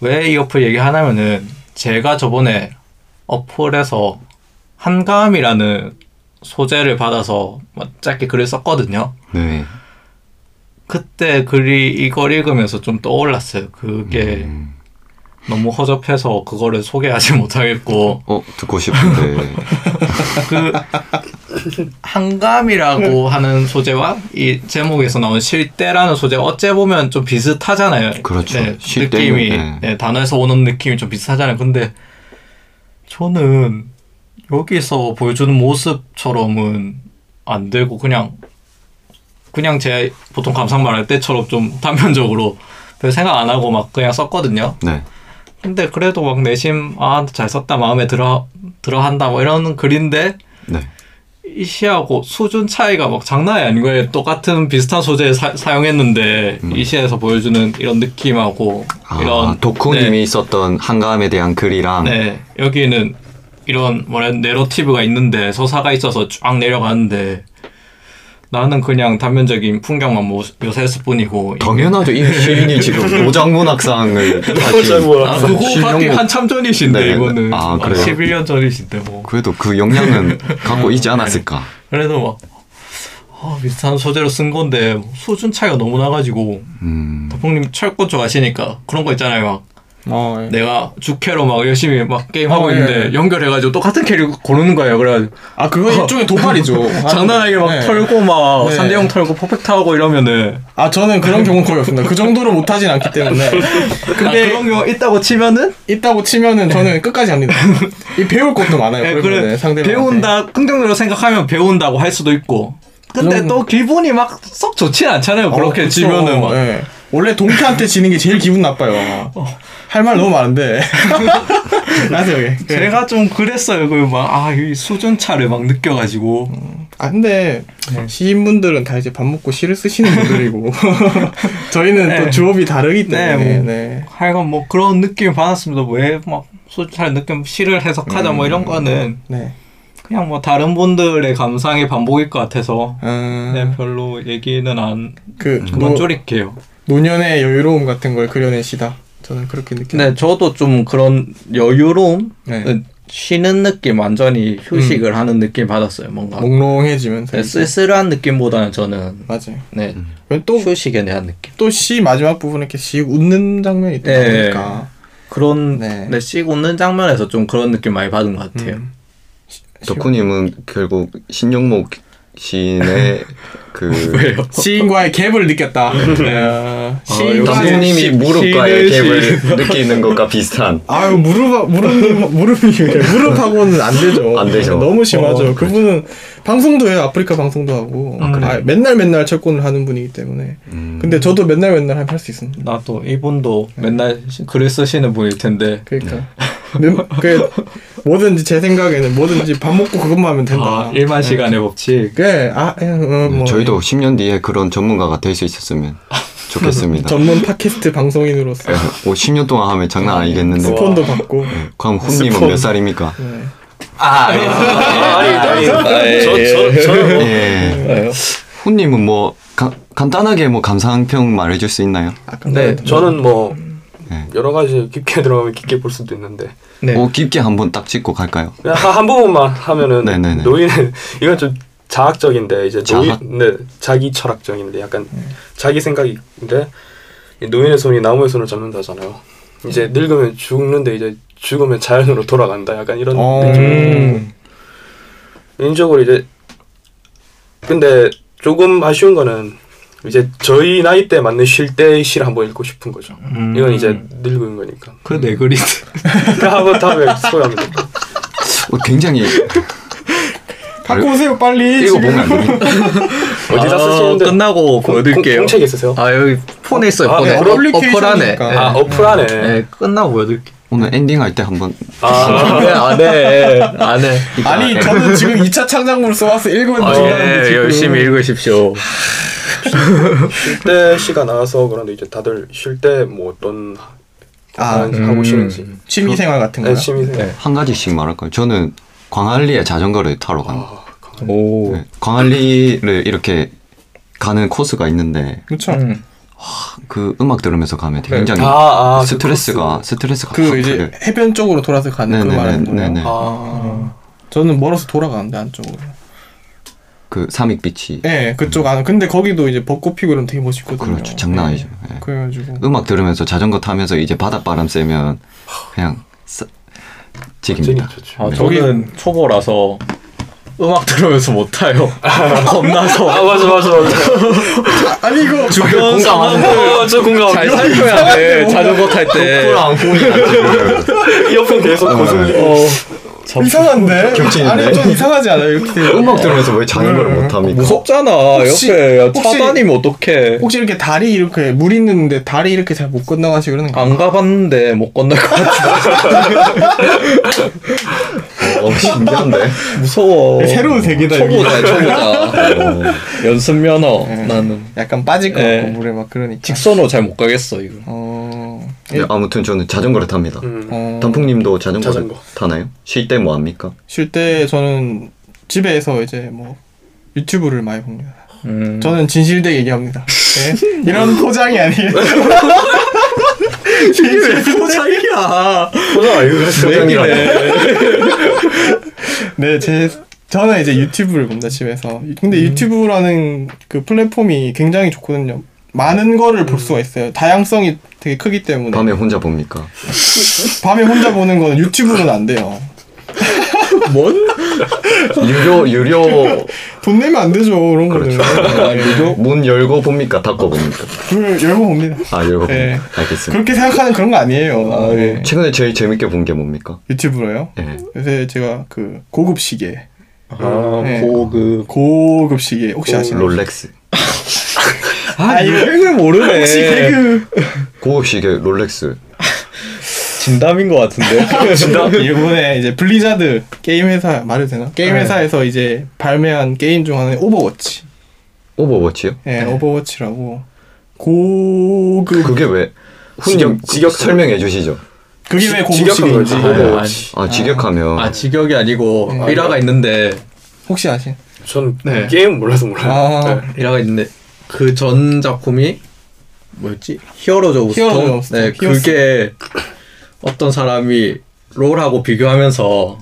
D: 왜 이 어플 얘기하냐면은 제가 저번에 어플에서 한가함이라는 소재를 받아서 막 짧게 글을 썼거든요.
C: 네.
D: 그때 글이 이걸 읽으면서 좀 떠올랐어요. 그게
C: 음.
D: 너무 허접해서 그거를 소개하지 [LAUGHS] 못하겠고
C: 어
D: [LAUGHS]
C: 듣고 싶은데
D: 그 한감이라고 하는 소재와 이 제목에서 나온 실대라는 소재 어째 보면 좀 비슷하잖아요.
C: 그렇죠.
D: 네,
C: 실대는,
D: 느낌이
C: 네.
D: 네, 단어에서 오는 느낌이 좀 비슷하잖아요. 근데 저는 여기서 보여주는 모습처럼은 안 되고 그냥 그냥 제 보통 감상 말할 때처럼 좀 단편적으로 별 생각 안 하고 막 그냥 썼거든요.
C: 네.
D: 근데 그래도 막 내심 아 잘 썼다 마음에 들어 들어 한다 뭐 이런 글인데
C: 네.
D: 이 시하고 수준 차이가 막 장난이 아닌 거예요. 똑같은 비슷한 소재 사, 사용했는데 이 시에서 보여주는 이런 느낌하고
C: 음. 아,
D: 이런
C: 도쿠님이 썼던 한가함에 대한 글이랑
D: 네, 네 여기는 이런 뭐라 내러티브가 있는데 서사가 있어서 쫙 내려가는데 나는 그냥 단면적인 풍경만 모, 묘사했을 뿐이고 이-
C: 당연하죠. 이 시인이
D: [LAUGHS]
C: 지금 노장문학상을
A: 잘
C: 다시
D: 아,
A: 모아.
D: 그거 받기
C: 실명곡.
D: 한참 전이신데
C: 네네네.
D: 이거는
C: 아,
D: 막
C: 그래요?
D: 11년 전이신데 뭐
C: 그래도 그 역량은 갖고 있지 않았을까.
D: 그래도 막 아, 비슷한 소재로 쓴 건데 수준 차이가 너무 나가지고
C: 음.
D: 대통님 철권 좋아하시니까 그런 거 있잖아요 막
B: 어, 예.
D: 내가 주캐로 막 열심히 막 게임 하고
B: 어, 예.
D: 있는데 연결해가지고 똑같은 캐릭터 고르는 거예요 그래가지고
B: 아 그거
D: [LAUGHS]
B: 일종의 도발이죠. 아,
D: 장난하게 막
B: 네.
D: 털고 막
B: 네.
D: 3대0 털고 퍼펙트 하고 이러면은
B: 아 저는 그런 경우는 거의 없습니다. 그 정도로 못하진 않기
D: [LAUGHS]
B: 때문에.
D: 근데
B: 근데
D: 아, 그런 경우 있다고 치면은
B: 있다고 치면은 저는 끝까지 합니다. 이 배울 것도 많아요.
D: 예,
B: 그러면은 네,
D: 그래
B: 상대방한테.
D: 배운다 긍정적으로 생각하면 배운다고 할 수도 있고 근데
B: 그럼- 어,
D: 또 기분이 막 썩 좋진 않잖아요 그렇게
B: 그쵸.
D: 지면은 막 어.
B: 예. 원래 동태한테 지는 게 제일 기분 나빠요. 할 말
D: [LAUGHS]
B: 너무 많은데. 네. 나세요.
D: 네. 제가 좀 그랬어요 그막아이 수준 차를 막 느껴가지고
B: 아 근데
D: 네.
B: 시인분들은 다 이제 밥 먹고 시를
D: [LAUGHS]
B: 쓰시는 분들이고 저희는
D: 네.
B: 또 주업이 다르기 때문에.
D: 네,
B: 네,
D: 뭐. 하여간 뭐 그런 느낌을 받았습니다. 뭐 왜막 소잘 느낌 시를 해석하자 뭐 이런 거는
B: 네.
D: 그냥 뭐 다른 분들의 감상의 반복일 것 같아서
B: 아,
D: 네 별로 얘기는 안
B: 그
D: 그만
B: 노,
D: 쪼릴게요.
B: 노년의 여유로움 같은 걸 그려내시다. 저는 그렇게 느껴요.
D: 네 저도 좀 그런 여유로움 그
B: 네.
D: 쉬는 느낌 완전히 휴식을 하는 느낌 받았어요. 음. 뭔가
B: 아, 몽롱해지면서.
D: 네, 쓸쓸한 느낌보다는 저는
B: 맞아요.
D: 네
B: 또
D: 휴식에 대한 느낌
B: 또 시 마지막 부분에 이렇게 씩 웃는 장면이 또
D: 네.
B: 나오니까
D: 그런
B: 네.
D: 네. 씩 웃는 장면에서 좀 그런 느낌 많이 받은 것 같아요.
B: 음.
D: 네.
C: 덕후님은 결국 신영목 시인의 그
D: [LAUGHS] 왜요?
B: 시인과의 갭을 느꼈다. 네. 시인과의
D: 역시.
C: 덕후님이 무릎과의
D: 시인의
C: 갭을 [LAUGHS] 느끼는 것과 비슷한.
B: 아유 무릎 무릎 무릎이 무릎하고는 안 되죠.
C: 안 되죠.
B: 너무 심하죠.
C: 어,
B: 그분은 방송도 해요. 아프리카 방송도 하고
D: 아, 그래요?
B: 아, 맨날 맨날 철권을 하는 분이기 때문에. 근데 저도 맨날 맨날 하면 할 수 있습니다.
D: 나도 이분도 맨날 시- 글을 쓰시는 분일 텐데
B: 그러니까 면- 그 뭐든지 제 생각에는 뭐든지 밥 먹고 그것만 하면 된다.
D: 아, 1만 시간의 법칙
B: 그아 뭐,
C: 음, 저희도 10년 뒤에 그런 전문가가 될 수 있었으면
D: [LAUGHS]
C: 좋겠습니다.
B: 전문 팟캐스트 방송인으로서
C: 오, 10년 동안 하면 장난
D: 예.
C: 아니겠는데.
B: 스폰도 받고.
C: 그럼 훈님은
A: 스폰.
C: 몇 살입니까?
B: 네.
A: 아니, 예, 아니. 저, 저, 저는 뭐
C: 예. 훈님은 뭐 가- 간단하게 뭐 감상평 말해줄 수 있나요?
B: 네.
A: 저는 뭐
C: 네.
A: 여러 가지 깊게 들어가면 깊게 볼 수도 있는데
D: 네.
C: 뭐 깊게 한번 딱 짚고 갈까요?
A: 그냥 네, 한, 한 부분만 하면은
C: 네네네.
A: 노인은 [LAUGHS] 이건 좀 자학적인데 이제 노인
C: 자학?
A: 네, 자기
E: 음.
A: 철학적인데 약간 자기 생각인데 이 노인의 손이 나무의 손을 잡는다잖아요. 이제
E: 음.
A: 늙으면 죽는데 이제 죽으면 자연으로 돌아간다. 약간 이런
B: 어.
A: 느낌.
E: 음.
A: 개인적으로 이제 근데 조금 아쉬운 거는 이제 저희 나이 때 맞는 쉴 때의 시를 한번 읽고 싶은 거죠.
E: 음.
A: 이건 이제 늙은 거니까. [LAUGHS] 그러니까
G: 그 내그리드.
A: 하고 다음에 소개하면 될까?
C: 어, 굉장히
E: 아,
B: 갖고 오세요 빨리.
C: 이거 보면 안 되니?
A: 어디다 쓰시는데?
E: 끝나고 보여드릴게요.
A: 아, 공, 책 있으세요?
E: 아 여기 폰에 있어요.
A: 아,
E: 폰에
A: 네,
E: 어, 어플 안에.
B: 어플리케이션이니까.
E: 네.
A: 아 어플 안에.
E: 네, 끝나고 보여드릴게요.
C: 오늘 엔딩 할 때 한번
A: 아
E: 네, 아, 네, 아, 네.
B: 아니 저는 지금 2차 창작물 써와서 읽은
E: 아,
B: 중이라는데
E: 예,
B: 지금.
E: 열심히 읽으십시오.
A: 쉴 때 시가 나와서 그런데 이제 다들 쉴 때 뭐 어떤
B: 아, 음.
A: 아, 하고 쉬는지.
B: 취미 생활 같은
A: 네,
B: 거요.
A: 취미생.
D: 네.
A: 네.
C: 한 가지씩 말할 거예요. 저는 광안리에 자전거를 타러 간.
A: 아, 강한.
D: 오.
C: 네. 광안리를 이렇게 가는 코스가 있는데
B: 그렇죠.
D: 음.
C: 그 음악 들으면서 가면
D: 네.
C: 굉장히
A: 아, 아, 그
C: 스트레스가
A: 코스.
C: 스트레스가 확
B: 그 이제
E: 아,
C: 풀려요.
B: 해변 쪽으로 돌아서 가는 그거
C: 네네네,
B: 말하는 거예요.
C: 네네.
B: 아. 저는 멀어서 돌아가는데 안쪽으로.
C: 그 삼익빛이
B: 예, 네, 그쪽 안. 근데 거기도 이제 벚꽃 피고 이러면 되게 멋있거든요.
C: 그렇죠 장난 아니죠.
B: 예.
C: 예.
B: 그래가지고
C: 음악 들으면서 자전거 타면서 이제 바닷바람 쐬면 그냥 싸-
A: 완전히
C: 즐깁니다.
A: 좋죠.
D: 아,
C: 네.
D: 저는 초보라서 음악 들으면서 못 타요. 겁나서.
A: 아 맞아 맞아 맞아.
C: [LAUGHS]
B: 아니 이거
D: 주변 상황을
A: 어, 저 공감.
D: 잘 살펴야 돼. 자전거 탈 때.
A: 이어폰 계속 고슬리.
D: 참
B: 이상한데?
C: 겹치는데?
B: 아니 좀 이상하지 않아요? 이렇게
C: [LAUGHS] 음악 들으면서 왜 자전거를 못 합니까?
D: 무섭잖아.
B: 혹시-
D: 옆에 차
B: 혹시-
D: 다니면 어떡해.
B: 혹시 이렇게 다리 이렇게 물 있는데 다리 이렇게 잘 못 건너가시고 그러는 거?
D: 안 가봤는데 못 건널 것 같아.
C: 어, 신기한데. 아, 어.
D: 무서워.
B: [LAUGHS] 새로운 세계다 여기. [LAUGHS]
D: 초보자, 초보자. 연습 면허.
B: 네.
D: 나는
B: 약간 빠질 것
C: 네.
D: 예.
B: 같고 물에 막 그러니까.
D: 직선으로 잘 못 가겠어 이거.
B: 어.
C: 네, 아무튼 저는 자전거를 탑니다.
A: 음.
B: 어.
C: 단풍님도 자전거를
A: 자전거.
C: 타나요? 쉴 때 뭐 합니까?
B: 쉴 때 저는 집에서 이제 뭐 유튜브를 많이 봅니다.
D: 음.
B: 저는 진실되게 얘기합니다. [LAUGHS] 네? 이런 포장이 아니에요.
D: 포장이야.
A: 보자 이거.
B: 네, 제 저는 이제 유튜브를 봅니다 집에서. 근데 유튜브라는 그 플랫폼이 굉장히 좋거든요. 많은 거를 볼 수가 있어요. 다양성이 되게 크기 때문에
C: 밤에 혼자 봅니까?
B: 밤에 혼자 보는 거는 유튜브는 안 돼요.
D: 뭔?
C: 유료 유료
B: 돈 내면 안 되죠 음. 그런 거는. 그렇죠.
D: 이거
C: 문 열고 봅니까? 닫고 봅니까?
B: 그걸 열고 봅니다.
C: 아 열고 봅니까?
B: 네. 그-
C: 알겠습니다.
B: 그렇게 생각하는 그런 거 아니에요. 예.
C: 최근에 제일 재밌게 본 게 뭡니까?
B: 유튜브로요.
C: 예.
B: 요새 제가 그 고급 시계,
D: 아,
B: 네.
D: 고급.
B: 고급 시계 혹시 아시나요?
C: 롤렉스.
D: 아, 이거 개그 모르네.
B: 혹시 개그
C: 고급 시계 롤렉스.
D: 진담인 것
B: [LAUGHS]
D: 같은데.
B: 아, 이번에 이제 블리자드 게임 회사 말해도 되나? 게임 회사에서 이제 발매한 게임 중 하나인 오버워치.
C: 오버워치요?
B: 예, 오버워치라고 고급
C: 그게 왜? 훈님
A: 직역- 직역
C: 설명해 주시죠.
B: 그게 왜
A: 직역한
B: 고급식인지
A: 거지. 네. 오버워치.
C: 아 직역하면
D: 아 직역이 아니고
B: 네.
D: 일화가 있는데
B: 혹시 아시?
A: 전
D: 네.
A: 게임 몰라서 몰라요.
B: 아.
A: 네.
D: 일화가 있는데 그 전 작품이 뭐였지? 히어로즈 오브
B: 히어로즈
D: 스톰?
B: 오브 스톰.
D: 네,
B: 히어스.
D: 그게 어떤 사람이 롤하고 비교하면서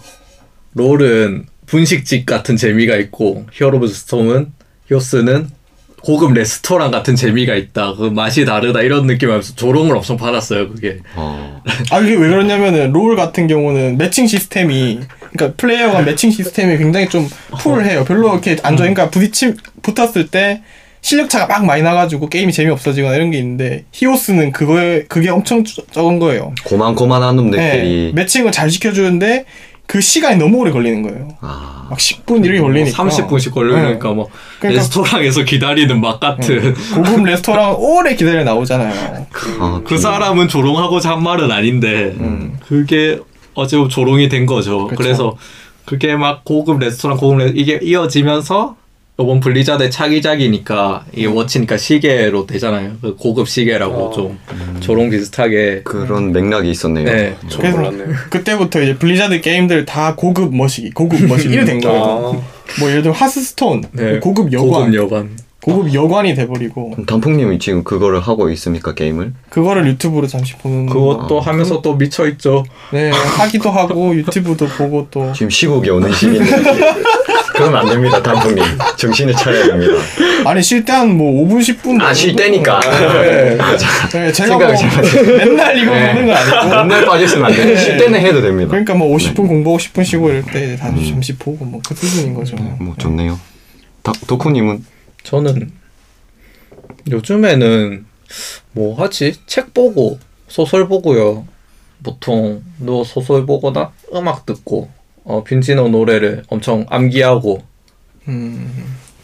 D: 롤은 분식집 같은 재미가 있고 히어로 오브 스톰은 히어스는 고급 레스토랑 같은 재미가 있다. 그 맛이 다르다 이런 느낌하면서 조롱을 엄청 받았어요. 그게
C: 어.
B: 아 이게 왜 그러냐면은 롤 같은 경우는 매칭 시스템이 그러니까 플레이어 간 매칭 시스템이 굉장히 좀 풀해요. 별로 이렇게 안 좋아. 그러니까 부딪힘 붙었을 때 실력 차가 막 많이 나가지고 게임이 재미 없어지거나 이런 게 있는데 히오스는 그거에 그게 엄청 조- 적은 거예요.
C: 고만고만한 놈들끼리
B: 예, 매칭을 잘 시켜주는데 그 시간이 너무 오래 걸리는 거예요.
C: 아
B: 막 10분 이렇게 걸리니까
D: 뭐 30분씩 걸리니까 뭐
B: 그러니까- 네.
D: 레스토랑에서 기다리는 맛 같은
B: 고급 레스토랑 오래 기다려 나오잖아요.
C: 아,
D: 그 사람은 조롱하고자 한 말은 아닌데 그게 어제 조롱이 된 거죠.
B: 음. 그쵸.
D: 그래서 그게 막 고급 레스토랑 고급 레 이게 이어지면서 이번 블리자드의 차기작이니까 이게
B: 음.
D: 워치니까 시계로 되잖아요. 그 고급 시계라고
A: 어.
D: 좀
B: 음.
D: 조롱 비슷하게
C: 그런 맥락이 있었네요.
D: 네.
A: 저
B: 그래서-
A: 몰랐네요.
B: 그때부터 이제 블리자드 게임들 다 고급 머시기, 고급 머시기 이래 된 거예요.
A: 아.
B: 뭐 예를 들어 하스스톤,
D: 네,
B: 고급 여관, 음.
D: 고급 여관.
B: 고급 여관이 돼버리고
C: 그럼 음. 단풍님이 지금 그거를 하고 있습니까 게임을?
B: 그거를 유튜브로 잠시 보는 아,
D: 그것도 하면서 또 미쳐 있죠.
B: 네 하기도 하고 유튜브도 보고 또
C: 지금 시국이 오는 시기인데 그러면 안 됩니다 단풍님 정신을 차려야 됩니다.
B: 아니 쉴 때 한 뭐 5분 10분
C: 아, 쉴 때니까.
B: 네, 네, 제가 뭐
C: 생각을 잘하세요.
B: 맨날 이거
C: 네.
B: 보는 거 아니고
C: 맨날 빠졌으면 안 돼요. 쉴 때는 해도 됩니다.
B: 그러니까 뭐 50분 공부하고 10분 쉬고 이럴 때 다시 잠시 보고 뭐 그 수준인 거죠
C: 뭐 좋네요. 다, 도쿠님은
D: 저는 요즘에는 뭐 하지? 책 보고 소설 보고요. 보통 누워 소설 보거나 음악 듣고 어, 빈지노 노래를 엄청 암기하고
B: 음,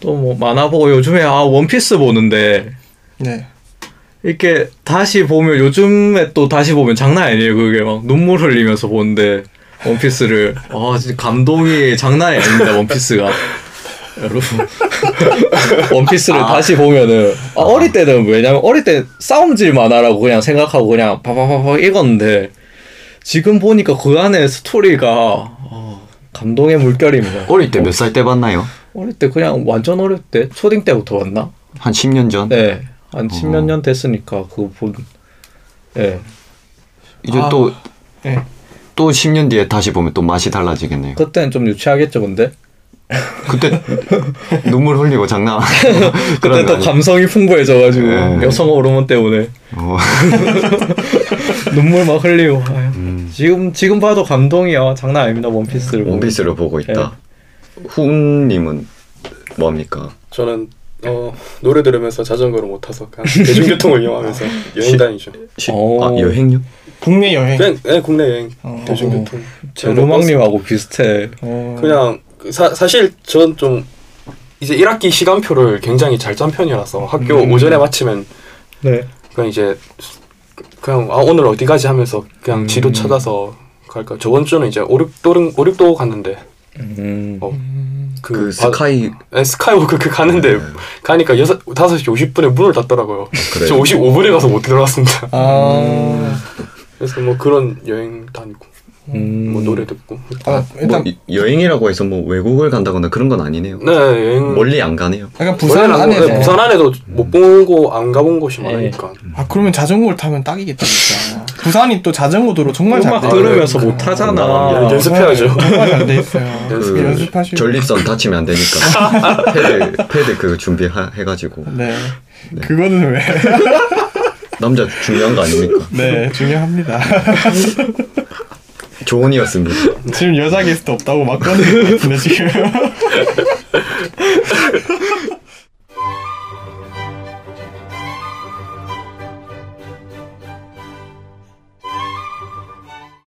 D: 또 뭐 만화 보고 요즘에 아 원피스 보는데
B: 네.
D: 이렇게 다시 보면 요즘에 또 다시 보면 장난 아니에요. 그게 막 눈물 흘리면서 보는데 원피스를 아 진짜 감동이 장난이 아닙니다. 원피스가 [LAUGHS] 여러분 [LAUGHS] 원피스를 다시 보면은 아, 어릴 때는 왜냐면 어릴 때 싸움질 만화라고 그냥 생각하고 그냥 바바바바 읽었는데 지금 보니까 그 안에 스토리가 어, 감동의 물결입니다.
C: 어릴 때 몇 살 때 봤나요?
D: 어릴 때 그냥 완전 어릴 때 초딩 때부터 봤나?
C: 한 10년 전?
D: 네. 한 십몇 년 됐으니까 그거 본 예.
C: 이제
B: 아.
C: 또,
B: 네.
C: 또 10년 뒤에 다시 보면 또 맛이 달라지겠네요.
D: 그때는 좀 유치하겠죠, 근데.
C: 그때 눈물 흘리고 장난 안 하고
D: [LAUGHS] 그때
C: 그런 거
D: 또
C: 아니에요?
D: 감성이 풍부해져 가지고
C: 예.
D: 여성 호르몬 때문에
C: 어,
D: [LAUGHS] 눈물 막 흘리고. 아유.
C: 음. 네,
D: 지금 지금 봐도 감동이야. 장난 아닙니다. 원피스를. 보면.
C: 원피스를 보고 있다.
D: 네.
C: 훈님은 뭡니까?
A: 저는 어, 노래 들으면서 자전거를 못 타서 그냥 대중교통을 이용하면서 여행 다니죠.
C: 시,
D: 오.
C: 아, 여행요?
B: 국내 여행
A: 그냥 네, 국내 여행
B: 어.
A: 대중교통.
D: 제 로망님하고 비슷해.
B: 어,
A: 그냥 그 사, 사실 전 좀 이제 1학기 시간표를 굉장히 잘 짠 편이라서 학교 오전에 마치면
D: 음. 네.
A: 그냥 이제 그냥 아 오늘 어디까지 하면서 그냥
D: 음.
A: 지도 찾아서 갈까. 저번 주는 이제 오륙도릉 오륙도 갔는데
D: 음.
A: 어.
B: 음,
A: 그,
C: 그,
A: 바-
C: 스카이 네.
A: 네, 스카이워크 그 가는데 가니까 여섯 다섯 시 50분에 문을 닫더라고요.
C: 아, 그래요?
A: 저 55분에 가서 못
C: [LAUGHS]
A: 들어갔습니다.
B: 아,
A: 그래서 뭐 그런 여행 다니고
D: 음.
A: 뭐 노래 듣고
B: 아
C: 뭐
B: 일단
C: 이- 여행이라고 해서 뭐 외국을 간다거나 그런 건 아니네요.
A: 네 여행
C: 멀리 안 가네요.
B: 약간 부산
A: 원래는
B: 안에서
A: 네, 부산 안에도 못 보고 안 가본 곳이
D: 네.
A: 많으니까
B: 아 그러면 자전거를 타면 딱이겠다 진짜 부산이 또 자전거 도로 정말
D: 음악
B: 잘돼 네.
D: 들으면서
B: 있어요.
D: 못 하잖아.
A: 연- 연습해야죠.
B: 정말 잘돼 있어요
A: [LAUGHS] 연습-
C: 그
B: 연습하시고
C: 전립선 다치면 안 되니까 패드 패드 그거 준비해가지고
B: 네. 그거는 왜?
C: 남자 중요한 거 아닙니까?
B: 네, 중요합니다. [LAUGHS]
C: 조언이었습니다.
B: 지금 여자 게스트 없다고 막 꺼내는 것 같은데, 지금.